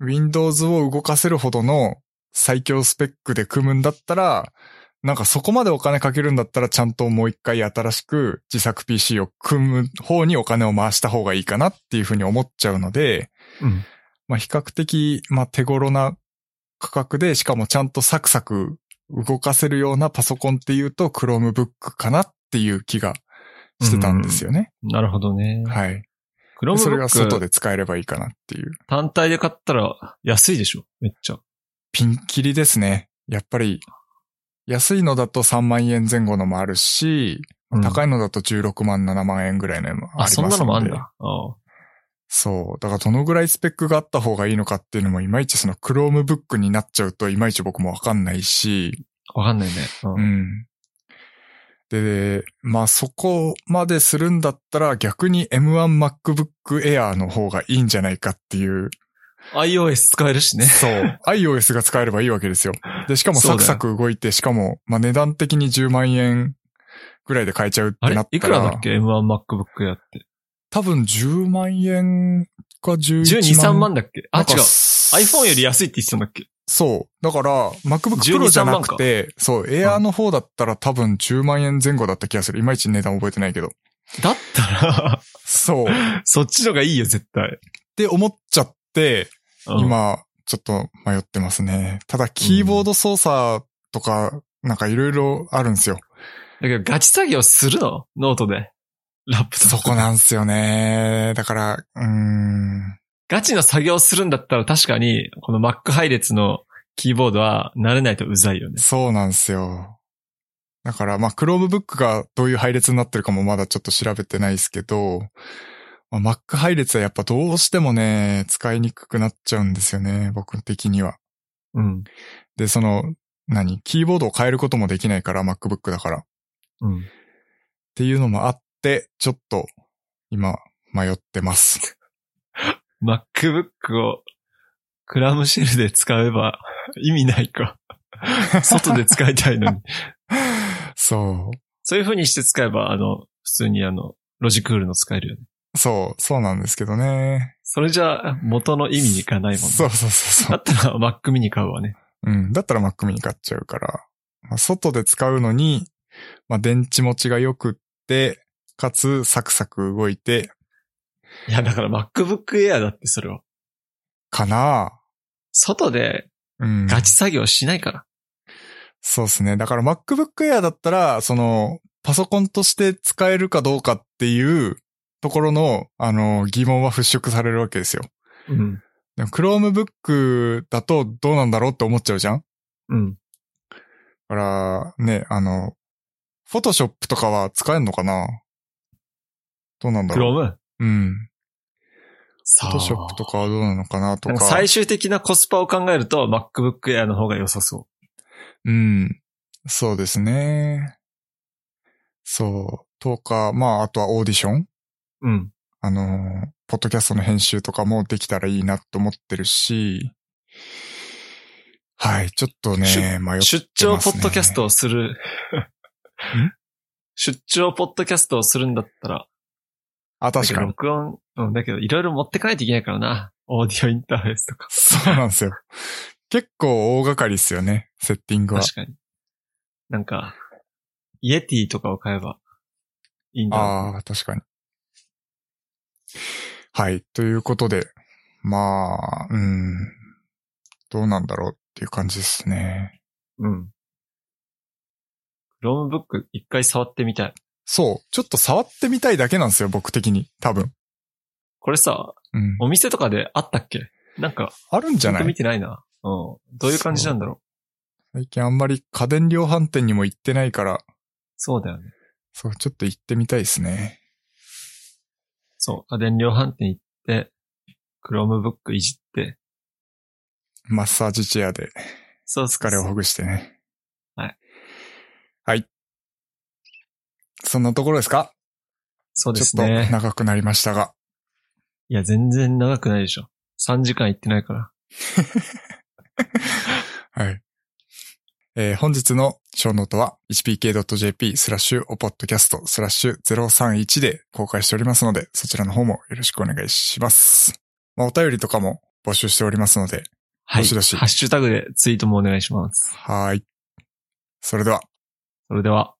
Speaker 1: Windows を動かせるほどの最強スペックで組むんだったら、なんかそこまでお金かけるんだったらちゃんともう一回新しく自作 PC を組む方にお金を回した方がいいかなっていうふうに思っちゃうので、
Speaker 2: うん。
Speaker 1: まあ、比較的、まあ、手頃な価格で、しかもちゃんとサクサク動かせるようなパソコンっていうと、Chromebook かなっていう気がしてたんですよね。
Speaker 2: なるほどね。
Speaker 1: はい。
Speaker 2: クローム
Speaker 1: それ
Speaker 2: ブッ
Speaker 1: が
Speaker 2: ク
Speaker 1: 外で使えればいいかなっていう。
Speaker 2: 単体で買ったら安いでしょめっちゃ。
Speaker 1: ピンキリですね。やっぱり、安いのだと3万円前後のもあるし、
Speaker 2: うん
Speaker 1: 高いのだと16万、7万円ぐらいのもあり
Speaker 2: あ、
Speaker 1: ます
Speaker 2: そんなのもあん
Speaker 1: で
Speaker 2: だ。ああ
Speaker 1: そう。だからどのぐらいスペックがあった方がいいのかっていうのも、いまいちその Chromebook になっちゃうと、いまいち僕もわかんないし、
Speaker 2: わかんないね。うん
Speaker 1: うん。で、まあそこまでするんだったら逆に M1MacBook Air の方がいいんじゃないかっていう。
Speaker 2: iOS 使えるしね。
Speaker 1: そう。iOS が使えればいいわけですよ。で、しかも
Speaker 2: そうだ
Speaker 1: サ
Speaker 2: よ
Speaker 1: クサク動いて、しかも、まあ値段的に10万円ぐらいで買えちゃうっ
Speaker 2: あ
Speaker 1: てな
Speaker 2: れ
Speaker 1: っ
Speaker 2: い
Speaker 1: た
Speaker 2: くら
Speaker 1: ら、
Speaker 2: だっけ ?M1MacBook やって。
Speaker 1: 多分10万円か11
Speaker 2: 12、3
Speaker 1: 万。
Speaker 2: 万だっけあ、違う。iPhone より
Speaker 1: や
Speaker 2: 安いって言ってたんだっけ
Speaker 1: そう。だから、MacBook
Speaker 2: 12
Speaker 1: Pro じゃなくて、そう、Air の方だったら多分10万円前後だった気がする。いまいち値段覚えてないけど。
Speaker 2: だったら、
Speaker 1: そう。
Speaker 2: そっちのがいいよ、絶対。
Speaker 1: って思っちゃって、
Speaker 2: うん、
Speaker 1: 今、ちょっと迷ってますね。ただ、キーボード操作とか、なんかいろいろあるんですよ。
Speaker 2: だけど、ガチ作業するのノートで。ラップ
Speaker 1: そこなんですよね。だから、うーん。
Speaker 2: ガチの作業するんだったら確かに、この Mac 配列のキーボードは慣れないとうざいよね。
Speaker 1: そうなんですよ。だから、まあ、Chromebook がどういう配列になってるかもまだちょっと調べてないですけど、まあ Mac 配列はやっぱどうしてもね、使いにくくなっちゃうんですよね。僕的には。
Speaker 2: うん。
Speaker 1: で、その、何キーボードを変えることもできないから、MacBook だから。
Speaker 2: うん。
Speaker 1: っていうのもあって、ちょっと今迷ってます。
Speaker 2: MacBook をクラムシェルで使えば意味ない か。外で使いたいのに。
Speaker 1: そ
Speaker 2: そういう風にして使えば、あの、普通にあの、ロジクールの使えるよね。
Speaker 1: う。そう、そうなんですけどね。
Speaker 2: それじゃ元の意味にいかないもんね。
Speaker 1: そうそうそうそ
Speaker 2: だ
Speaker 1: う。
Speaker 2: ったら Mac mini 買うわね。
Speaker 1: うん。だったら Mac mini 買っちゃうから。まあ、外で使うのに、まあ、電池持ちが良くって、かつサクサク動いて、
Speaker 2: いや、だから MacBook Air だってそれは。
Speaker 1: かな
Speaker 2: 外で
Speaker 1: うん。
Speaker 2: ガチ作業しないから。
Speaker 1: そうですね。だから MacBook Air だったら、その、パソコンとして使えるかどうかっていうところの、あの、疑問は払拭されるわけですよ。
Speaker 2: うん。
Speaker 1: でも Chromebook だとどうなんだろうって思っちゃうじゃんだ
Speaker 2: うん。
Speaker 1: から、ね、あの、Photoshop とかは使えんのかなどうなんだろ
Speaker 2: Chrome?
Speaker 1: ううん。
Speaker 2: さ
Speaker 1: Photoshop とかはどうなのかなと
Speaker 2: なん
Speaker 1: か。
Speaker 2: か最終的なコスパを考えると MacBook Air の方が良さそ
Speaker 1: うん。そうですね。そう。とか、まあ、あとはオーディション
Speaker 2: う。うん。
Speaker 1: あのー、ポッドキャストの編集とかもできたらいいなと思ってるし、はい、ちょっと
Speaker 2: 出
Speaker 1: ね、迷っ
Speaker 2: 出張ポッドキャストを する。出張ポッドキャストをするんだったら、
Speaker 1: あ、確か
Speaker 2: だ
Speaker 1: に。
Speaker 2: けど録音、うん、だけどいろいろ持ってかないといけないからな。オーディオインターフェースとか。
Speaker 1: そうなんですよ。結構大掛かりっすよね、セッティングは。
Speaker 2: 確かに。なんか、イエティとかを買えばいいんだろう。
Speaker 1: ああ、確かに。はい、ということで、まあ、うん、どうなんだろうっていう感じですね。
Speaker 2: うん。Chromebook 一回触ってみたい。
Speaker 1: そう、ちょっと触ってみたいだけなんですよ、僕的に。多分。
Speaker 2: これさ、
Speaker 1: うん。
Speaker 2: お店とかであったっけなんか、
Speaker 1: あるんじゃ
Speaker 2: よ
Speaker 1: な
Speaker 2: く見
Speaker 1: い
Speaker 2: てないな。うん。どういう感じなんだろ
Speaker 1: 最近あんまり家電量販店にも行ってないから、
Speaker 2: う。そうだよね。
Speaker 1: そう、ちょっと行ってみたいですね。
Speaker 2: そう。家電量販店行って、Chromebook いじって、
Speaker 1: マッサージチェアで
Speaker 2: そうっす
Speaker 1: 疲れをほぐしてね。
Speaker 2: はい。
Speaker 1: はい。そんなところですか
Speaker 2: そうで
Speaker 1: ち
Speaker 2: す
Speaker 1: ょっと
Speaker 2: ね。
Speaker 1: 長くなりましたが。
Speaker 2: いや、全然長くないでしょ。3時間行ってないから。
Speaker 1: はい。えー本日のショーノートは hpk.jp スラッシュおポッドキャストスラッシュ031で公開しておりますので、そちらの方もよろしくお願いします。まあ、お便りとかも募集しておりますので、
Speaker 2: はい。
Speaker 1: どしどし
Speaker 2: ハッシュタグでツイートもお願いします。
Speaker 1: はーい。それでは。
Speaker 2: それでは。